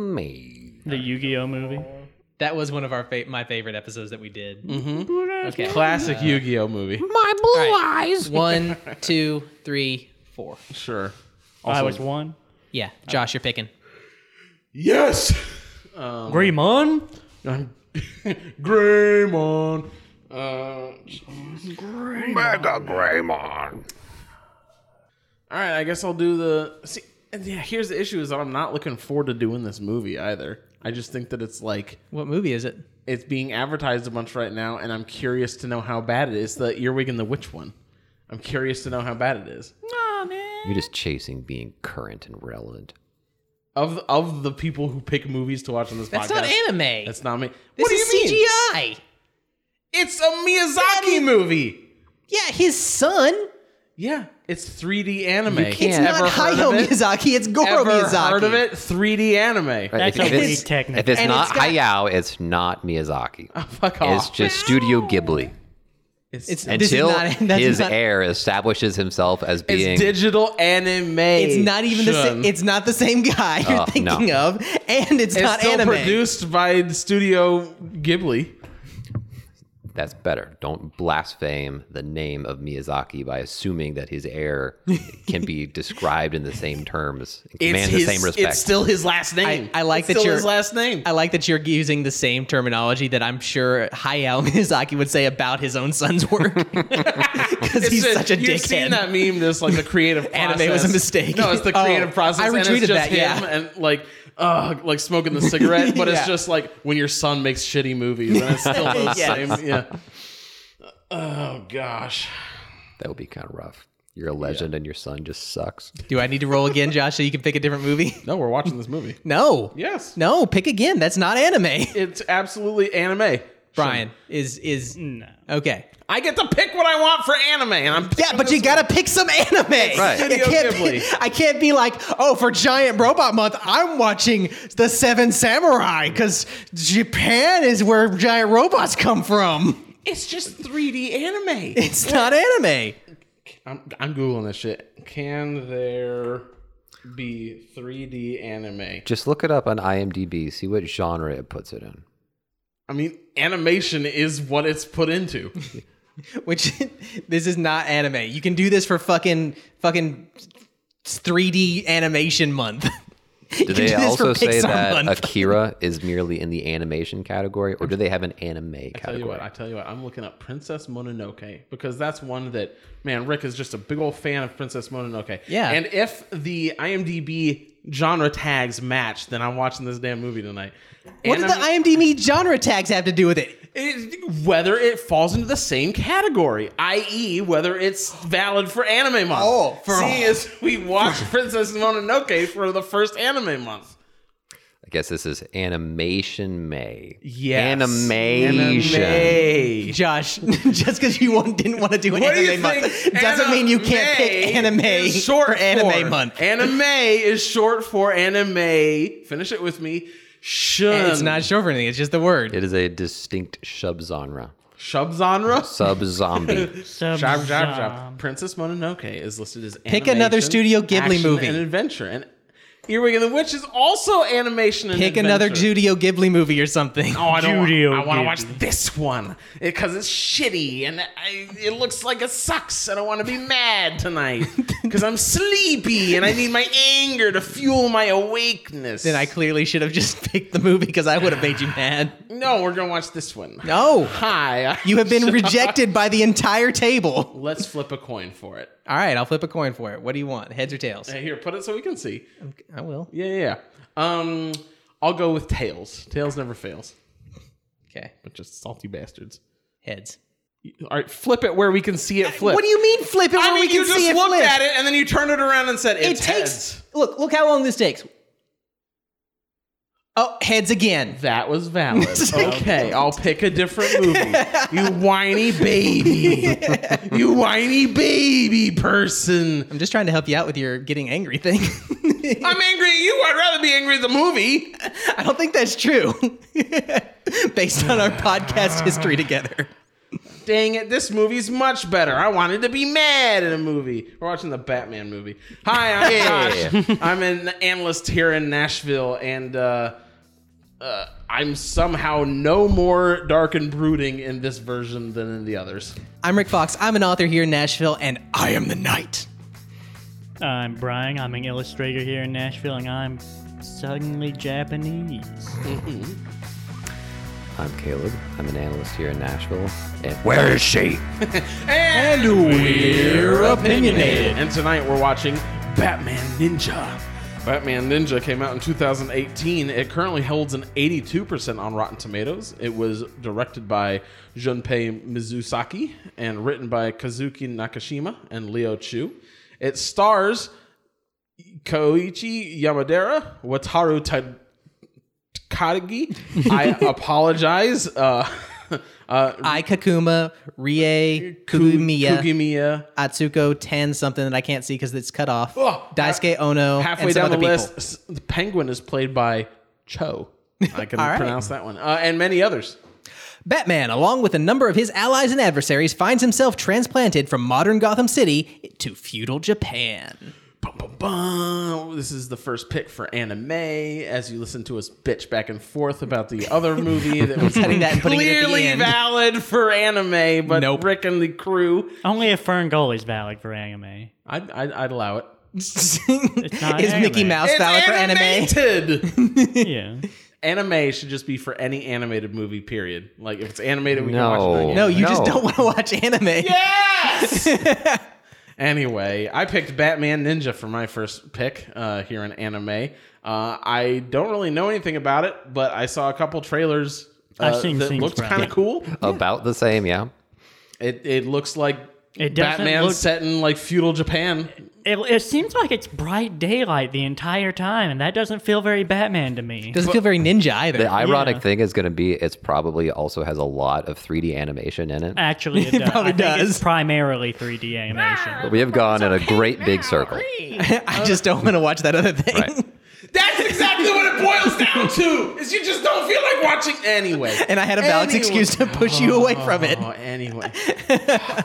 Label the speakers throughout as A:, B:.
A: anime.
B: The Yu Gi Oh movie.
C: That was one of our fa- my favorite episodes that we did.
D: Mm-hmm.
C: Okay.
D: Classic Yu-Gi-Oh movie.
A: My blue
C: Alright.
A: eyes.
C: One, two, three, four.
D: Sure.
B: I was one.
C: Yeah, Josh, you're picking.
D: Yes.
B: Greymon.
D: I'm Greymon. Uh,
A: Mega Greymon.
D: all right, I guess I'll do the. See, and yeah, here's the issue: is that I'm not looking forward to doing this movie either. I just think that it's like
C: What movie is it?
D: it's being advertised a bunch right now, and I'm curious to know how bad it is. The earwig and the witch one. I'm curious to know how bad it is.
A: You're just chasing being current and relevant.
D: Of of the people who pick movies to watch on this
C: That's
D: podcast,
C: not anime.
D: That's not me.
C: this
D: what do
C: is
D: you mean?
C: CGI.
D: It's a Miyazaki movie.
C: Yeah, his son.
D: Yeah, it's 3D anime.
A: You can't-
C: It's
A: Yeah.
C: not
D: Ever heard
C: Hayao
D: of it?
C: Miyazaki. It's Goro
D: Ever
C: Miyazaki.
D: heard of it? 3D anime.
A: Right,
B: That's a pretty technical.
A: If it's
C: And
A: not
C: it's got-
A: Hayao, it's not Miyazaki.
D: Fuck
A: it's
D: off.
A: just Studio Ghibli.
C: It's this is
A: Until
C: not, that's
A: his
C: not,
A: heir establishes himself as
D: It's
A: being
D: digital anime.
C: It's not even the same. It's not the same guy you're
A: Oh, no.
C: thinking of, and it's,
D: it's
C: not
D: still
C: anime.
D: produced by Studio Ghibli.
A: that's better. Don't blaspheme the name of Miyazaki by assuming that his heir can be described in the same terms, and
D: It's
A: commands
D: his-
A: the same respect.
D: It's still his last name.
C: I- I like
D: It's
C: that
D: still
C: you're-
D: his last name.
C: I like that you're using the same terminology that I'm sure Hayao Miyazaki would say about his own son's work, because
D: It's
C: he's such a dickhead.
D: you've seen that meme? This like the creative
C: Anime
D: process.
C: was a mistake.
D: No, it's the
C: Oh,
D: creative process.
C: I
D: and it's
C: retweeted that,
D: just Him
C: yeah.
D: and like, uh, like smoking the cigarette. But
C: Yeah.
D: it's just like when your son makes shitty movies, and it's still the same. Yeah. Oh gosh.
A: that would be kind of rough. You're a legend, and your son just sucks.
C: Do I need to roll again, Josh, so you can pick a different movie?
D: No, we're watching this movie.
C: No.
D: Yes.
C: No, pick again. That's not anime.
D: It's absolutely anime.
C: Brian is is
B: No.
C: okay.
D: I get to pick what I want for anime, and I'm
C: Yeah, but you gotta pick some anime.
A: Right.
C: I
D: Studio
C: can't, be,
D: Ghibli.
C: I can't be like, oh, for Giant Robot Month, I'm watching The Seven Samurai because Japan is where giant robots come from.
D: It's just 3D anime.
C: It's not anime.
D: I'm, I'm googling this shit. Can there be 3D anime?
A: Just look it up on IMDb. See what genre it puts it in.
D: I mean, animation is what it's put into.
C: Which this is not anime. You can do this for fucking fucking 3D animation month.
A: Do
C: You can
A: they
C: do this for
A: also say
C: Pixar
A: that
C: month.
A: Akira is merely in the animation category, or do they have an anime
D: tell you
A: category?
D: what, I tell you what, I'm looking up Princess Mononoke because that's one that man Rick is just a big old fan of Princess Mononoke.
C: Yeah.
D: And if the IMDb genre tags match, then I'm watching this damn movie tonight.
C: What did
D: And
C: the
D: I'm-
C: IMDb genre tags have to do with it?
D: it, whether it falls into the same category, i.e., whether it's valid for anime month.
C: Oh, for-
D: seeing as we watched Princess Mononoke for the first anime month.
A: I guess this is animation May.
D: Yes.
A: Animation.
D: Anime.
C: Josh, just because you want, didn't want to do anime
D: What do you
C: month
D: think?
C: doesn't mean you can't pick
D: anime
C: anime
D: is short
C: for anime
D: for-
C: month.
D: Anime is short for anime. Finish it with me. Shun.
C: It's not short for anything. It's just the word.
A: It is a distinct subgenre.
D: subgenre.
A: Sub-zombie.
B: Sub
D: Job, job, job. Princess Mononoke is listed as
C: Pick another
D: animation,
C: Studio Ghibli
D: action,
C: movie.
D: and adventure. And Earwig and the Witch is also animation and
C: Pick another
D: adventure.
C: Studio Ghibli movie or something.
D: Oh, I don't want-
B: Studio
D: I want to watch
B: Ghibli.
D: this one because it's shitty and I, it looks like it sucks. And I want to be mad tonight because I'm sleepy and I need my anger to fuel my awakeness.
C: Then I clearly should have just picked the movie because I would have made you mad.
D: no, we're gonna watch this one.
C: No,
D: Hi,
C: you have been rejected by the entire table.
D: Let's flip a coin for it.
C: All right, I'll flip a coin for it. What do you want, heads or tails?
D: Hey, Here, put it so we can see.
C: I will.
D: Yeah, yeah. yeah. Um, I'll go with tails. Tails never fails.
C: Okay,
D: But just salty bastards.
C: heads.
D: All right, flip it where we can see it flip.
C: What do you mean flip it?
D: I
C: where
D: mean,
C: we can
D: you
C: see
D: just
C: it
D: looked
C: flip?
D: at it and then you turned it around and said,
C: It
D: "It's
C: takes.
D: heads."
C: Look, look how long this takes. Oh, heads again.
D: That was valid. Oh, okay,
C: Oh,
D: I'll pick a different movie. You whiny baby. you whiny baby person.
C: I'm just trying to help you out with your getting angry thing.
D: I'm angry at you. I'd rather be angry at the movie.
C: I don't think that's true. Based on our podcast history together.
D: Dang it, this movie's much better. I wanted to be mad in a movie. We're watching the Batman movie. Hi, I'm Josh. I'm an analyst here in Nashville, and uh, uh, I'm somehow no more dark and brooding in this version than in the others.
C: I'm Rick Fox. I'm an author here in Nashville, and I am the knight.
B: I'm Brian. I'm an illustrator here in Nashville, and I'm suddenly Japanese.
A: I'm Caleb. I'm an analyst here in Nashville. And where is she?
D: And, we're opinionated. And tonight we're watching Batman Ninja. Batman Ninja came out in 2018. It currently holds an 82% on Rotten Tomatoes. It was directed by Junpei Mizusaki and written by Kazuki Nakashima and Leo Chu. It stars Koichi Yamadera, Wataru Ta- Takagi. I apologize. Uh, uh,
C: I Kakuma, Rie, Kugumiya,
D: Kugimiya.
C: Atsuko, 10 something that I can't see because it's cut off.
D: Oh,
C: Daisuke Ono,
D: halfway
C: and some
D: down the
C: other
D: list,
C: people.
D: s- the Penguin is played by Cho. I can
C: All right.
D: pronounce that one, uh, and many others.
C: Batman, along with a number of his allies and adversaries, finds himself transplanted from modern Gotham City to feudal Japan.
D: Bum, bum, bum. This is the first pick for anime. As you listen to us bitch back and forth about the other movie that was
C: Cutting that and putting it at the
D: clearly
C: end.
D: valid for anime, but
C: Nope.
D: Rick and the crew,
B: Only a fern goal is valid for anime.
D: I'd, I'd, I'd allow it.
C: Is
B: not
C: Mickey
B: anime.
C: Mouse
D: It's
C: valid for anime?
D: animated.
B: Yeah.
D: anime should just be for any animated movie. Period. Like if it's animated, we can
A: No.
D: watch it. again.
C: No, you just
A: No.
C: don't want to watch anime.
D: Yes. anyway, I picked Batman Ninja for my first pick uh, here in anime. Uh, I don't really know anything about it, but I saw a couple trailers. Uh,
B: I've seen
D: that
B: things
D: looked
B: from
D: kind of
B: it.
D: cool.
A: About the same, yeah.
D: It it looks like
B: It doesn't
D: Batman
B: look-
D: set in like feudal Japan.
B: It, it seems like it's bright daylight the entire time, and that doesn't feel very Batman to me.
C: Doesn't feel very ninja either.
A: The ironic
B: Yeah.
A: thing is going to be it's probably also has a lot of 3D animation in
D: Ah,
A: it.
B: Actually, it, does.
C: probably
B: I think
C: does. Ah!
B: It's primarily 3D animation.
A: But we have gone in a great big circle.
C: I just don't want to watch that other thing.
A: Right.
D: That's exactly what it boils down to. Is you just don't feel like watching anyway.
C: And I had a valid
D: Anyway.
C: excuse to push you away from it.
D: Oh, anyway,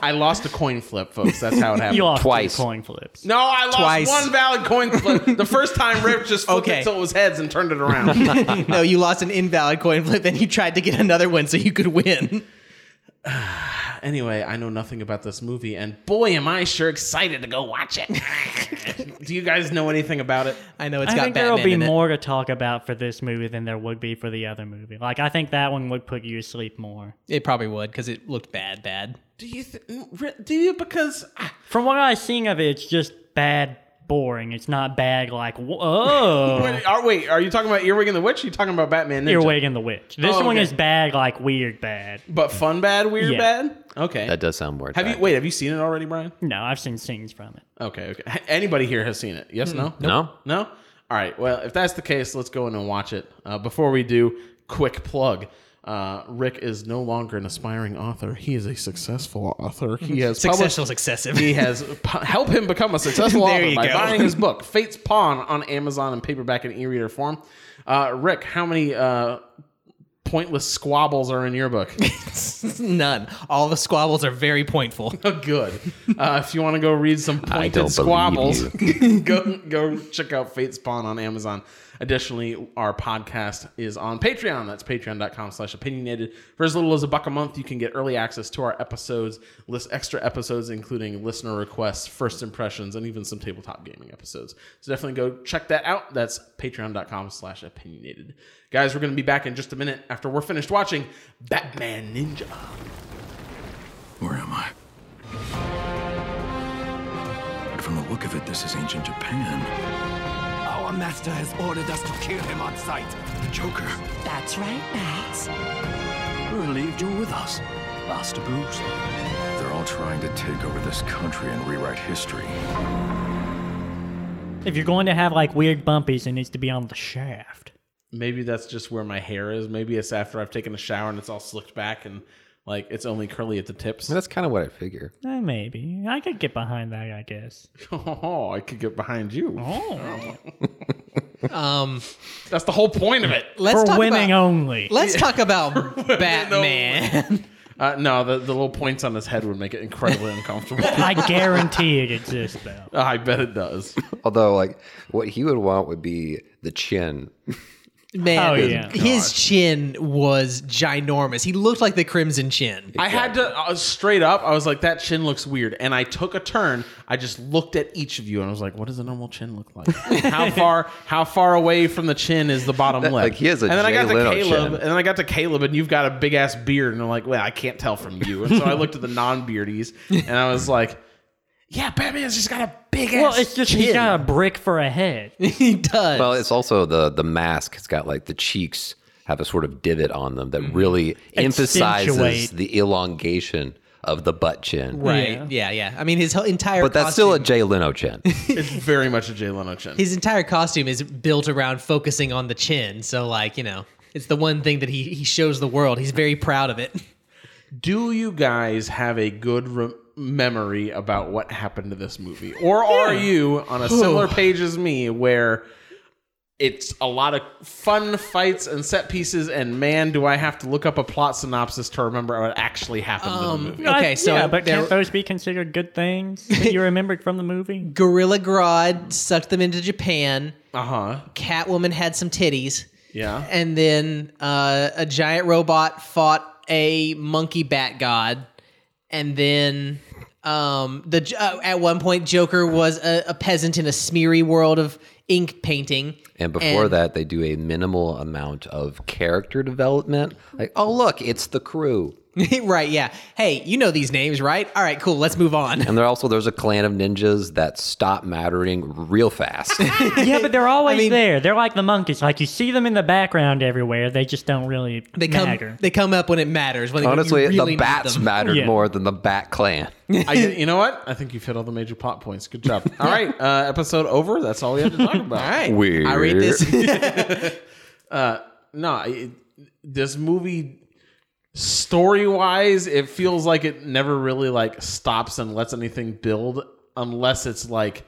D: I lost a coin flip, folks. That's how it happened.
B: You lost two
A: Twice.
B: coin flips.
D: No, I lost
C: Twice.
D: one valid coin flip. The first time Rip just flipped
C: Okay.
D: it till it was heads and turned it around.
C: no, you lost an invalid coin flip and you tried to get another one so you could win.
D: anyway, I know nothing about this movie, and boy, am I sure excited to go watch it. Do you guys know anything about it?
C: I know it's
B: I
C: got
B: think
C: Batman
B: there'll be
C: in it.
B: more to talk about for this movie than there would be for the other movie. Like, I think that one would put you to sleep more.
C: It probably would because it looked bad, bad.
D: Do you? Th- Ri- do you? Because ah,
B: From what I've seen of it, it's just bad, boring. It's not bad, like, oh,
D: wait, are, wait, are you talking about Earwig and the Witch? Or are you talking about Batman Ninja?
B: Earwig and the Witch. This
D: Oh,
B: one
D: okay.
B: is bad, like, weird bad.
D: but fun bad, weird
B: Yeah.
D: bad. Okay.
A: That does sound more.
D: have you?
A: attractive.
D: Wait, have you seen it already, Brian?
B: No, I've seen scenes from it.
D: Okay. Okay. H- Anybody here has seen it?
B: Hmm.
D: Yes. No.
A: No?
D: No? All right. Well, if that's the case, let's go in and watch it. Uh, before we do, quick plug. Uh, Rick is no longer an aspiring author. He is a successful author. He has published.
C: Mm-hmm. Successful is excessive.
D: He has pu- help him become a successful
C: There
D: author
C: you
D: by
C: go.
D: buying his book Fate's Pawn on Amazon in paperback and e-reader form. Uh, Rick, how many uh, pointless squabbles are in your book?
C: None. All the squabbles are very pointful.
D: Good. Uh, if you want to go read some
A: I don't
D: pointed
A: believe
D: squabbles, go go check out Fate Spawn on Amazon. Additionally, our podcast is on Patreon. That's patreon.com slash opinionated. For as little as a buck a month, you can get early access to our episodes, list extra episodes, including listener requests, first impressions, and even some tabletop gaming episodes. So definitely go check that out. That's patreon.com slash opinionated. Guys, we're going to be back in just a minute after we're finished watching Batman Ninja.
E: Where am I? But from the look of it, this is ancient Japan.
F: Our master has ordered us to kill him on sight.
E: The Joker,
G: That's right, Max.
E: we're relieved you're with us, Master Bruce. They're all trying to take over this country and rewrite history.
B: If you're going to have, like, weird bumpies, it needs to be on the shaft.
D: maybe that's just where my hair is. Maybe it's after I've taken a shower and it's all slicked back and like it's only curly at the tips.
A: That's kind of what I figure.
B: Eh, maybe. I could get behind that, I guess.
D: Oh, I could get behind you.
B: Oh.
C: Um,
D: That's the whole point of it.
C: let's
B: For
C: talk
B: winning
C: about,
B: only.
C: Let's talk about Batman.
D: Uh, no, the, the little points on his head would make it incredibly uncomfortable.
B: I guarantee it exists, though.
D: I bet it does.
A: Although, like, what he would want would be the chin.
C: Man,
B: Oh, yeah.
C: his chin was ginormous. He looked like the Crimson Chin.
D: I had to I was straight up. I was like, that chin looks weird, and I took a turn. I just looked at each of you, and I was like, what does a normal chin look like? how far how far away from the chin is the bottom lip?
A: like, he has a
D: and then I
A: Jay
D: got to
A: Leno
D: Caleb,
A: chin.
D: and then I got to Caleb, and you've got a big ass beard, and I'm like, well, I can't tell from you. And so I looked at the non beardies, and I was like, yeah, Batman's just got a big ass.
B: Well, it's just
D: chin.
B: he's got a brick for a head.
C: he does.
A: Well, it's also the the mask. It's got like the cheeks have a sort of divot on them that
C: Mm-hmm.
A: really emphasizes
B: Accentuate.
A: the elongation of the butt chin.
C: right. Yeah. yeah, I mean, his whole entire
A: But that's still a
C: costume-
A: Jay Leno chin.
D: it's very much a Jay Leno chin.
C: his entire costume is built around focusing on the chin. So, like, you know, it's the one thing that he, he shows the world. He's very proud of it.
D: Do you guys have a good re- memory about what happened to this movie? Or are you on a similar page as me where it's a lot of fun fights and set pieces, and man, do I have to look up a plot synopsis to remember what actually happened in the movie?
C: Okay,
B: Uh,
C: so
B: yeah, but
C: there-
B: can't those be considered good things that you remembered from the movie?
C: Gorilla Grodd sucked them into Japan.
D: Uh huh.
C: Catwoman had some titties.
D: Yeah.
C: And then uh, a giant robot fought a monkey bat god. And then um, the J- uh, at one point, Joker was a, a peasant in a smeary world of ink painting.
A: And before
C: And-
A: that, they do a minimal amount of character development. Like, oh look, it's the crew.
C: right, yeah. Hey, you know these names, right? All right, cool. Let's move on.
A: And there also there's a clan of ninjas that stop mattering real fast.
B: yeah, but they're always
C: mean-
B: there. They're like the monkeys. Like you see them in the background everywhere. They just don't really
C: They come.
B: matter.
C: They come up when it matters. When
A: Honestly,
C: you
A: the
C: really
A: bats
C: Need them.
A: mattered
B: Yeah.
A: more than the bat clan.
D: I, you know what? I think you've hit all the major plot points. Good job. All right. Uh, episode over. That's all we have to talk about.
C: All right.
A: Weird.
C: I read this.
D: no, I this movie story wise, it feels like it never really like stops and lets anything build unless it's like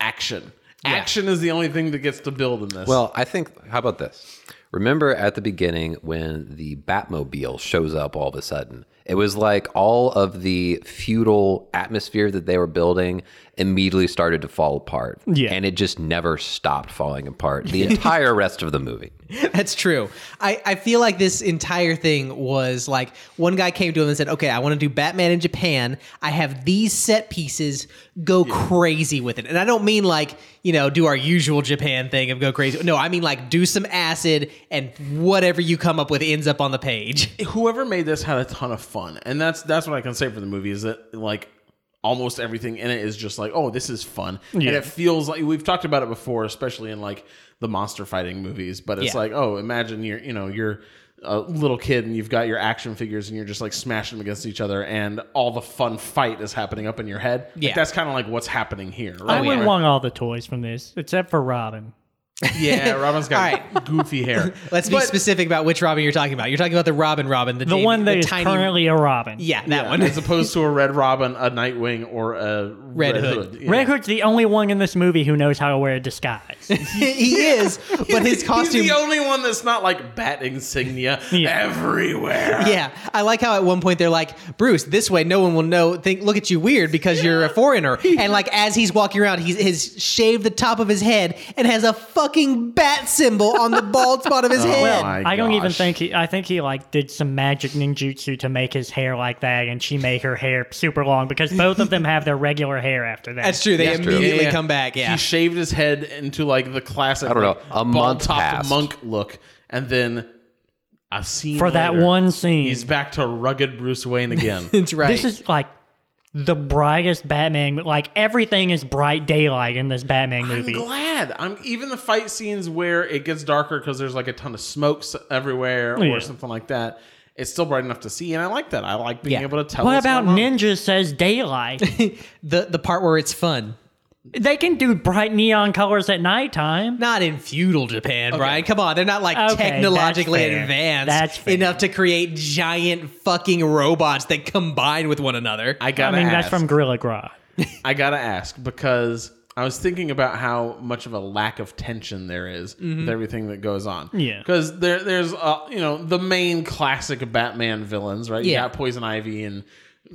D: action. Action is the only thing that gets to build in this.
A: Well, I think how about this? Remember at the beginning when the Batmobile shows up all of a sudden? It was like all of the feudal atmosphere that they were building immediately started to fall apart.
B: Yeah.
A: And it just never stopped falling apart the entire rest of the movie.
C: That's true. I, I feel like this entire thing was like one guy came to him and said, "Okay, I want to do Batman in Japan. I have these set pieces. Go crazy with it." And I don't mean like you know do our usual Japan thing of go crazy. No, I mean like do some acid and whatever you come up with ends up on the page.
D: whoever made this had a ton of fun, and that's that's what I can say for the movie is that like almost everything in it is just like oh this is fun, and it feels like we've talked about it before, especially in like the monster fighting movies. But it's
C: Yeah.
D: like oh imagine you're you know you're a little kid and you've got your action figures and you're just like smashing them against each other, and all the fun fight is happening up in your head. Like,
C: Yeah.
D: that's kind of like what's happening here.
B: I
D: Right?
B: would want all the toys from this, except for Robin.
D: yeah, Robin's got
C: All
D: goofy hair.
C: Let's be
D: But-
C: specific about which Robin you're talking about. You're talking about the Robin Robin, the,
B: The
C: baby-
B: one that
C: the
B: is currently a Robin.
C: yeah that
D: Yeah,
C: one.
D: as opposed to a Red Robin, a Nightwing, or a Red,
C: Hood.
D: Yeah.
B: Red Hood's the only one in this movie who knows how to wear a disguise.
C: he is, but his costume.
D: He's the only one that's not like bat insignia
B: Yeah.
D: everywhere.
C: yeah, I like how at one point they're like, "Bruce, this way, no one will know. Think, look at you weird because you're a foreigner." And like as he's walking around, he's has shaved the top of his head and has a fucking bat symbol on the bald spot of
D: Oh,
C: his head.
A: Oh
D: my
B: I don't even
D: gosh.
B: think he. I think he like did some magic ninjutsu to make his hair like that, and she made her hair super long because both of them have their regular hair after that.
C: That's true. They
A: true.
C: immediately come back. Yeah,
D: He shaved his head into like the classic.
A: I don't know,
D: like,
A: a
D: bald
A: month
D: topped
A: passed.
D: monk look, and then I've seen
B: for that
D: later,
B: one scene.
D: He's back to rugged Bruce Wayne again.
C: that's right.
B: This is like the brightest Batman. Like everything is bright daylight in this Batman
D: I'm
B: movie.
D: glad. I'm even the fight scenes where it gets darker because there's like a ton of smokes everywhere or
B: Yeah.
D: something like that. It's still bright enough to see, and I like that. I like being
C: Yeah.
D: able to tell.
B: What
D: what's
B: about
D: going on.
B: Ninja says daylight?
C: the the part where it's fun.
B: they can do bright neon colors at nighttime.
C: Not in feudal Japan, Brian. Come on, they're not like
B: Okay, that's
C: technologically
B: fair.
C: advanced
B: That's fair.
C: enough to create giant fucking robots that combine with one another.
D: I
B: I
D: gotta
B: mean,
D: ask.
B: that's from Gorilla Grodd.
D: I gotta ask because I was thinking about how much of a lack of tension there is with everything that goes on.
B: Yeah.
D: because there, there's uh, you know the main classic Batman villains, right?
C: Yeah.
D: you got Poison Ivy and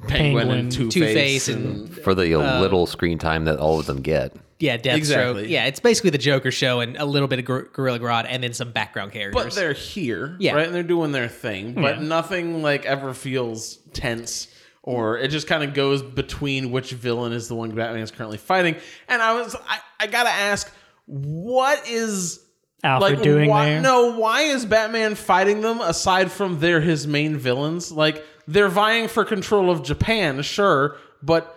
D: Penguin, and Two
B: Penguin.
D: Face
C: Two-Face
D: and,
A: for the little screen time that all of them get.
C: Yeah, Deathstroke.
D: Exactly.
C: Yeah, it's basically the Joker show and a little bit of Gor- Gorilla Grodd and then some background characters.
D: but they're here,
C: Yeah.
D: right? And they're doing their thing, but
B: Yeah.
D: nothing like ever feels tense. Or it just kind of goes between which villain is the one Batman is currently fighting. And I was, I, I gotta ask, what is
B: Alfred doing
D: why,
B: there.
D: No, why is Batman fighting them aside from they're his main villains? Like they're vying for control of Japan, sure, but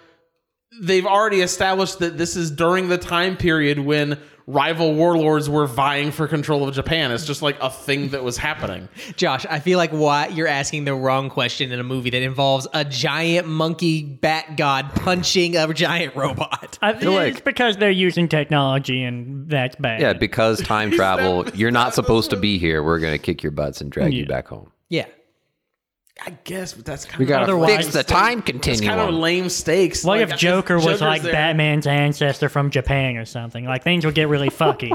D: they've already established that this is during the time period when rival warlords were vying for control of Japan. It's just like a thing that was happening.
C: Josh, I feel like why you're asking the wrong question in a movie that involves a giant monkey bat god punching a giant robot.
B: I think
A: like-
B: it's because they're using technology and that's bad.
A: Yeah, because time travel, you're not supposed to be here. We're gonna kick your butts and drag you
B: Yeah.
A: back home.
C: Yeah.
D: I guess, but that's kind
A: We gotta
D: of
B: Otherwise-
A: fix the time
D: it's kind of
A: continuum.
D: lame stakes.
B: What
D: Like, I-
B: if Joker was
D: Joker's
B: like
D: there.
B: Batman's ancestor from Japan or something? Like things would get really fucky.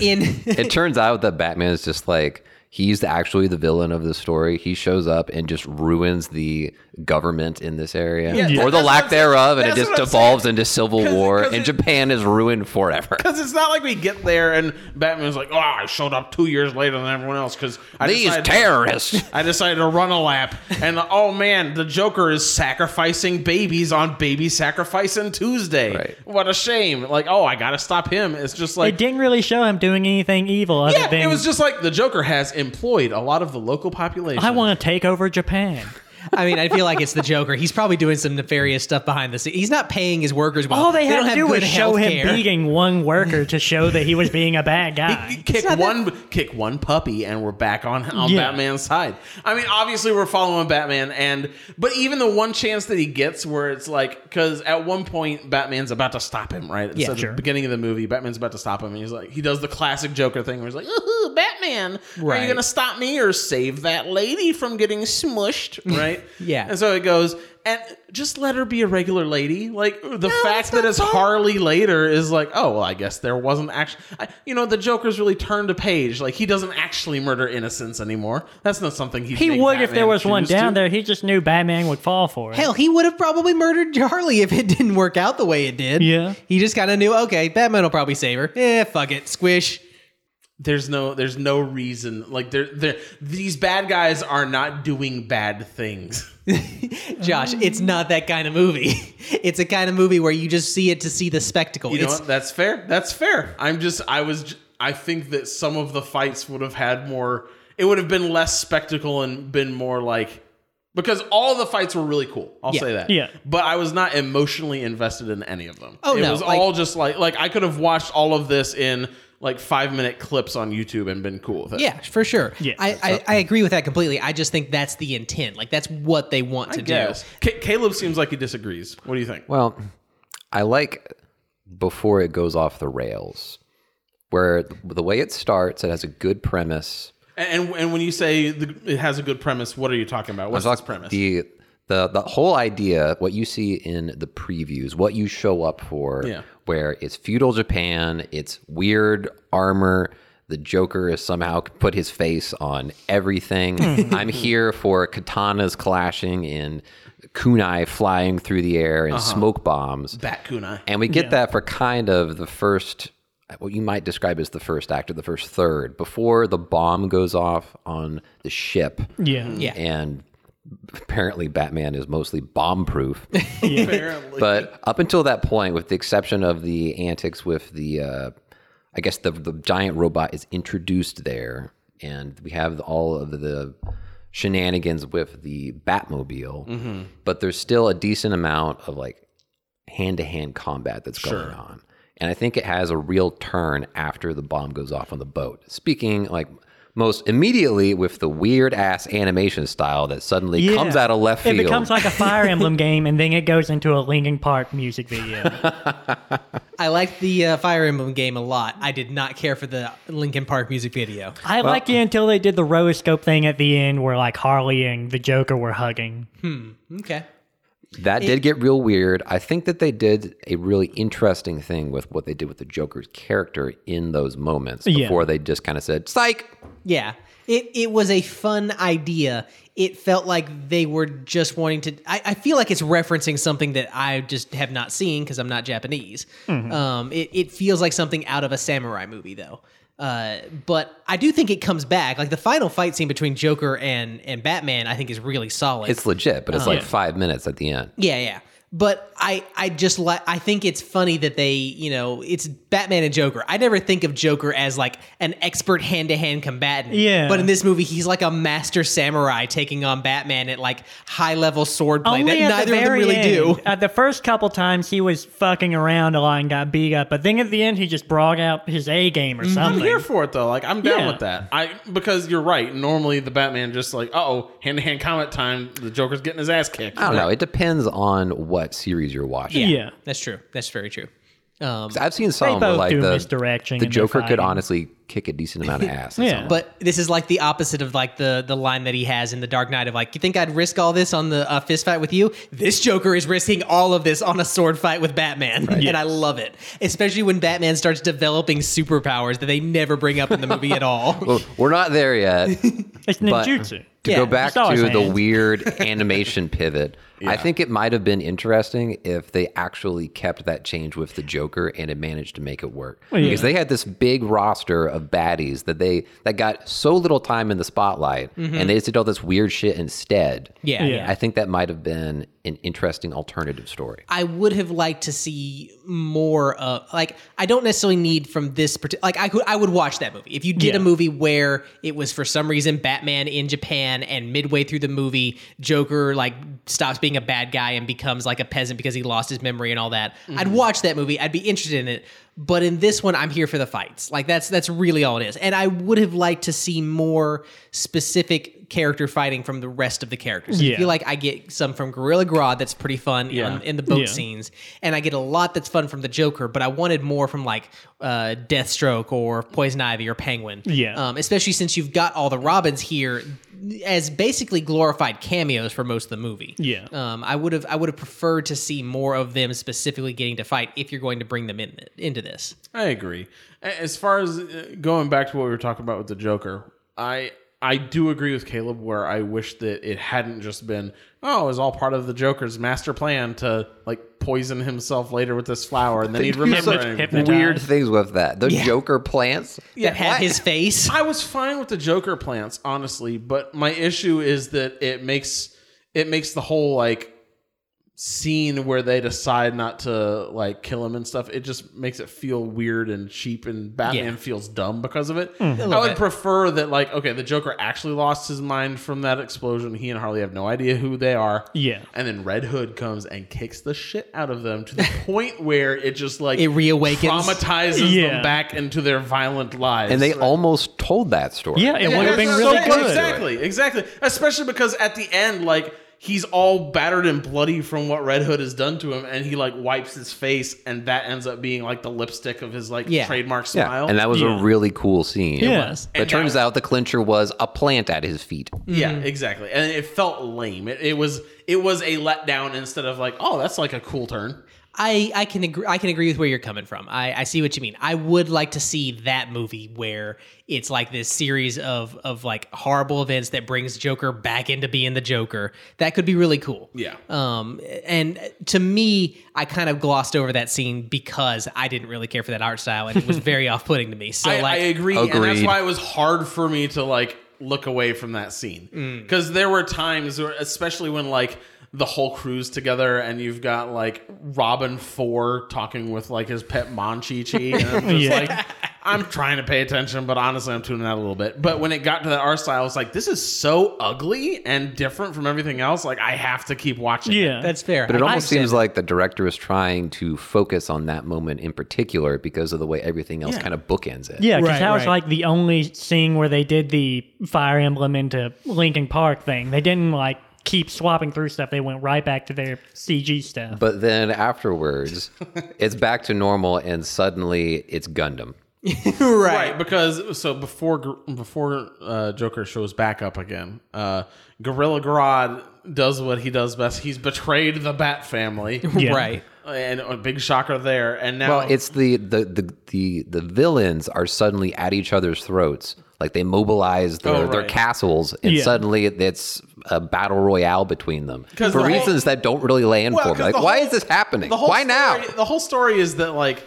C: In
A: it turns out that Batman is just like he's actually the villain of the story. He shows up and just ruins the government in this area
D: Yeah,
A: or the lack
D: that's what I'm saying.
A: thereof, and it
D: That's
A: just
D: what I'm
A: devolves
D: saying.
A: into civil
D: 'Cause-
A: war,
D: 'cause
A: and
D: it-
A: Japan is ruined forever.
D: Because it's not like we get there and Batman's like, oh, I showed up two years later than everyone else because
A: These terrorists.
D: I decided to run a lap, and oh man, the Joker is sacrificing babies on Baby Sacrificing Tuesday.
A: Right.
D: What a shame! Like, oh, I gotta stop him. It's just
B: They
D: like,
B: didn't really show him doing anything evil other
D: yeah,
B: than
D: it was just like the Joker has employed a lot of the local population.
B: I want to take over Japan.
C: I mean, I feel like it's the Joker. He's probably doing some nefarious stuff behind the scenes. He's not paying his workers well.
B: All they, had
C: don't
B: to
C: have
B: do
C: good
B: was show him
C: healthcare.
B: beating one worker to show that he was being a bad
D: You
B: guy.
D: Kick one, kick one puppy, and we're back on, on
B: Yeah.
D: Batman's side. I mean, obviously we're following Batman, and but even the one chance that he gets, where it's like, because at one point Batman's about to stop him, right? It's
C: Yeah,
D: at
B: sure.
D: the beginning of the movie, Batman's about to stop him, and he's like, he does the classic Joker thing, where he's like, "Ooh, Batman, are you
C: Right.
D: gonna stop me or save that lady from getting smushed?" Right?
C: Yeah.
D: And so it goes. And just let her be a regular lady. Like the fact
C: it's
D: that
C: not
D: it's
C: fun.
D: Harley later is like, oh well, I guess there wasn't actually. I, you know, the Joker's really turned a page. Like he doesn't actually murder innocents anymore. That's not something he'd
B: He
D: make
B: would if there
D: Batman
B: was one
D: choose to.
B: down there. He just knew Batman would fall for it.
C: Hell, he would have probably murdered Charlie if it didn't work out the way it did.
B: Yeah.
C: He just kind of knew, okay, Batman will probably save her. Eh, fuck it. Squish.
D: There's no, there's no reason. Like there, there, these bad guys are not doing bad things.
C: Josh, it's not that kind of movie. It's a kind of movie where you just see it to see the spectacle.
D: You know
C: it's
D: what? That's fair. That's fair. I'm just, I was, j- I think that some of the fights would have had more, it would have been less spectacle and been more like, because all the fights were really cool. I'll
C: Yeah.
D: say that.
B: Yeah.
D: But I was not emotionally invested in any of them.
C: Oh,
D: it
C: no,
D: was
C: like-
D: all just like, like I could have watched all of this in like five minute clips on YouTube and been cool with it.
C: Yeah, for sure.
B: Yeah.
C: I, I, I agree with that completely. I just think that's the intent. Like that's what they want to do.
D: Yes. Ca Caleb seems like he disagrees. What do you think?
A: Well, I like before it goes off the rails, where the way it starts, it has a good premise.
D: And, and, and when you say the, it has a good premise, what are you talking about? What's
A: It's
D: its
A: like
D: premise?
A: The, the the whole idea, what you see in the previews, what you show up for,
D: Yeah.
A: where it's feudal Japan, it's weird armor. The Joker is somehow put his face on everything. I'm here for katanas clashing and kunai flying through the air and
D: Uh-huh.
A: smoke bombs.
D: Bat kunai.
A: And we get that for kind of the first, what you might describe as the first act or the first third, before the bomb goes off on the ship.
B: Yeah.
C: Yeah.
A: And apparently, Batman is mostly bomb proof.
D: Apparently.
A: but up until that point, with the exception of the antics with the, uh, I guess the, the giant robot is introduced there, and we have all of the shenanigans with the Batmobile.
B: Mm-hmm.
A: But there's still a decent amount of like hand to hand combat that's going on. And I think it has a real turn after the bomb goes off on the boat. Speaking like most immediately with the weird ass animation style that suddenly
B: Yeah.
A: comes out of left field.
B: It becomes like a Fire Emblem game, and then it goes into a Linkin Park music video.
C: I liked the uh, Fire Emblem game a lot. I did not care for the Linkin Park music video.
B: I liked it until they did the rotoscope thing at the end, where like Harley and the Joker were hugging.
C: Okay.
A: That did get real weird. I think that they did a really interesting thing with what they did with the Joker's character in those moments
B: Yeah.
A: before they just kind of said, psych.
C: Yeah. It it was a fun idea. It felt like they were just wanting to. I, I feel like it's referencing something that I just have not seen because I'm not Japanese. Um, it, it feels like something out of a samurai movie, though. Uh, but I do think it comes back. Like the final fight scene between Joker and, and Batman, I think is really solid.
A: It's legit, but it's
B: Uh-huh.
A: like five minutes at the end.
C: Yeah, yeah. But I, I just like I think it's funny that they, you know, it's Batman and Joker. I never think of Joker as like an expert hand to hand combatant.
B: Yeah.
C: But in this movie, he's like a master samurai taking on Batman at like high level swordplay
B: Only
C: that
B: at
C: neither
B: the
C: of them
B: very
C: really
B: end.
C: do.
B: At the first couple times he was fucking around a lot and got beat up, but then at the end he just brought out his A game or something.
D: I'm here for it though. Like I'm down
B: Yeah.
D: with that. I because you're right. Normally the Batman just like, uh oh, hand to hand combat time. The Joker's getting his ass kicked.
A: I don't know. It depends on what series you're watching.
B: yeah.
C: That's true. That's very true.
A: 'Cause I've seen some where
B: both
A: like
B: do
A: the,
B: misdirection
A: the
B: in their
A: Joker could
B: fighting.
A: honestly kick a decent amount of ass. at
B: Yeah.
A: someone.
C: But this is like the opposite of like the the line that he has in the Dark Knight of like, you think I'd risk all this on the uh, fist fight with you? This Joker is risking all of this on a sword fight with Batman, and I love it, especially when Batman starts developing superpowers that they never bring up in the movie at all.
A: Well, we're not there yet.
B: It's
A: But
B: ninjutsu.
A: to
C: Yeah,
A: go back
B: it's always
A: to the
B: hands.
A: weird animation pivot, I think it might have been interesting if they actually kept that change with the Joker and had managed to make it work. Because they had this big roster of baddies that they that got so little time in the spotlight and they just did all this weird shit instead.
C: Yeah.
B: Mm-hmm. Yeah.
A: I think that might have been an interesting alternative story.
C: I would have liked to see more of like I don't necessarily need from this particular like I could I would watch that movie if you did a
B: Yeah.
C: movie where it was for some reason Batman in Japan and midway through the movie Joker like stops being a bad guy and becomes like a peasant because he lost his memory and all that I'd
B: Mm-hmm.
C: watch that movie I'd be interested in it but in this one I'm here for the fights like that's that's really all it is and I would have liked to see more specific character fighting from the rest of the characters I
B: Yeah.
C: feel like I get some from Gorilla Grodd that's pretty fun on- in the boat
B: Yeah.
C: scenes, and I get a lot that's fun from the Joker, but I wanted more from like uh, Deathstroke or Poison Ivy or Penguin.
B: Yeah.
C: um, especially since you've got all the Robins here as basically glorified cameos for most of the movie.
B: Yeah.
C: um, I would have I would have preferred to see more of them specifically getting to fight if you're going to bring them in into this.
D: I agree. A- As far as uh, going back to what we were talking about with the Joker, I I do agree with Caleb where I wish that it hadn't just been oh, it was all part of the Joker's master plan to like poison himself later with this flower and then he'd remember.
B: Hypno-
D: everything.
B: hypnotize.
A: Weird things with that. The Joker plants.
C: that had his face.
D: I was fine with the Joker plants, honestly, but my issue is that it makes it makes the whole like scene where they decide not to like kill him and stuff. It just makes it feel weird and cheap, and Batman
C: Yeah.
D: feels dumb because of it. I
C: little
D: would
C: bit.
D: prefer that like okay, the Joker actually lost his mind from that explosion. He and Harley have no idea who they are.
B: Yeah.
D: and then Red Hood comes and kicks the shit out of them to the point where it just like
C: It reawakens.
D: traumatizes them
B: Yeah.
D: back into their violent lives,
A: And they almost told that story.
B: Yeah, it would have been
D: that's
B: really
D: so-
B: good.
D: Exactly, exactly. Especially because at the end, like he's all battered and bloody from what Red Hood has done to him, and he like wipes his face, and that ends up being like the lipstick of his like
C: Yeah.
D: trademark
A: Yeah,
D: smile.
A: and that was a
B: Yeah.
A: really cool scene.
B: Yeah.
C: was.
A: But it turns out the clincher was a plant at his feet.
D: yeah,
B: Mm-hmm.
D: exactly. And it felt lame. It, it was it was a letdown instead of like, oh, that's like a cool turn.
C: I, I can agree I can agree with where you're coming from. I, I see what you mean. I would like to see that movie where it's like this series of of like horrible events that brings Joker back into being the Joker. That could be really cool.
D: Yeah.
C: Um and to me, I kind of glossed over that scene because I didn't really care for that art style and it was very off putting to me. So
D: I,
C: like
D: I agree, and that's
A: Agreed.
D: why it was hard for me to like look away from that scene
B: Mm.
D: because there were times, where, especially when like the whole crew's together and you've got like Robin Four talking with like his pet Monchi Chi, and I'm just
B: Yeah.
D: like. I'm trying to pay attention, but honestly, I'm tuning out a little bit. But when it got to that art style, I was like, "This is so ugly and different from everything else. Like, I have to keep watching." it."
B: Yeah.
C: that's fair.
A: But it
C: I
A: almost
C: understand
A: seems like the director is trying to focus on that moment in particular because of the way everything else kind of bookends it.
B: yeah, because
C: Right,
B: that was
C: right.
B: like the only scene where they did the Fire Emblem into Linkin Park thing. They didn't like keep swapping through stuff. They went right back to their CG stuff.
A: But then afterwards, it's back to normal, and suddenly it's Gundam.
C: right.
D: Right, because so before Gr- before uh, Joker shows back up again, uh, Gorilla Grodd does what he does best. He's betrayed the Bat Family,
B: Yeah.
C: Right.
D: and a big shocker there. And now,
A: Well, it's the the, the the the villains are suddenly at each other's throats. Like they mobilize their,
D: Oh,
A: their
D: right.
A: castles, and
B: Yeah.
A: suddenly it's a battle royale between them
D: 'Cause
A: for
D: the whole-
A: reasons that don't really land
D: Well,
A: for me.
D: 'cause
A: Like,
D: the
A: why
D: whole-
A: is this happening?
D: the whole
A: Why now?
D: story- The whole story is that like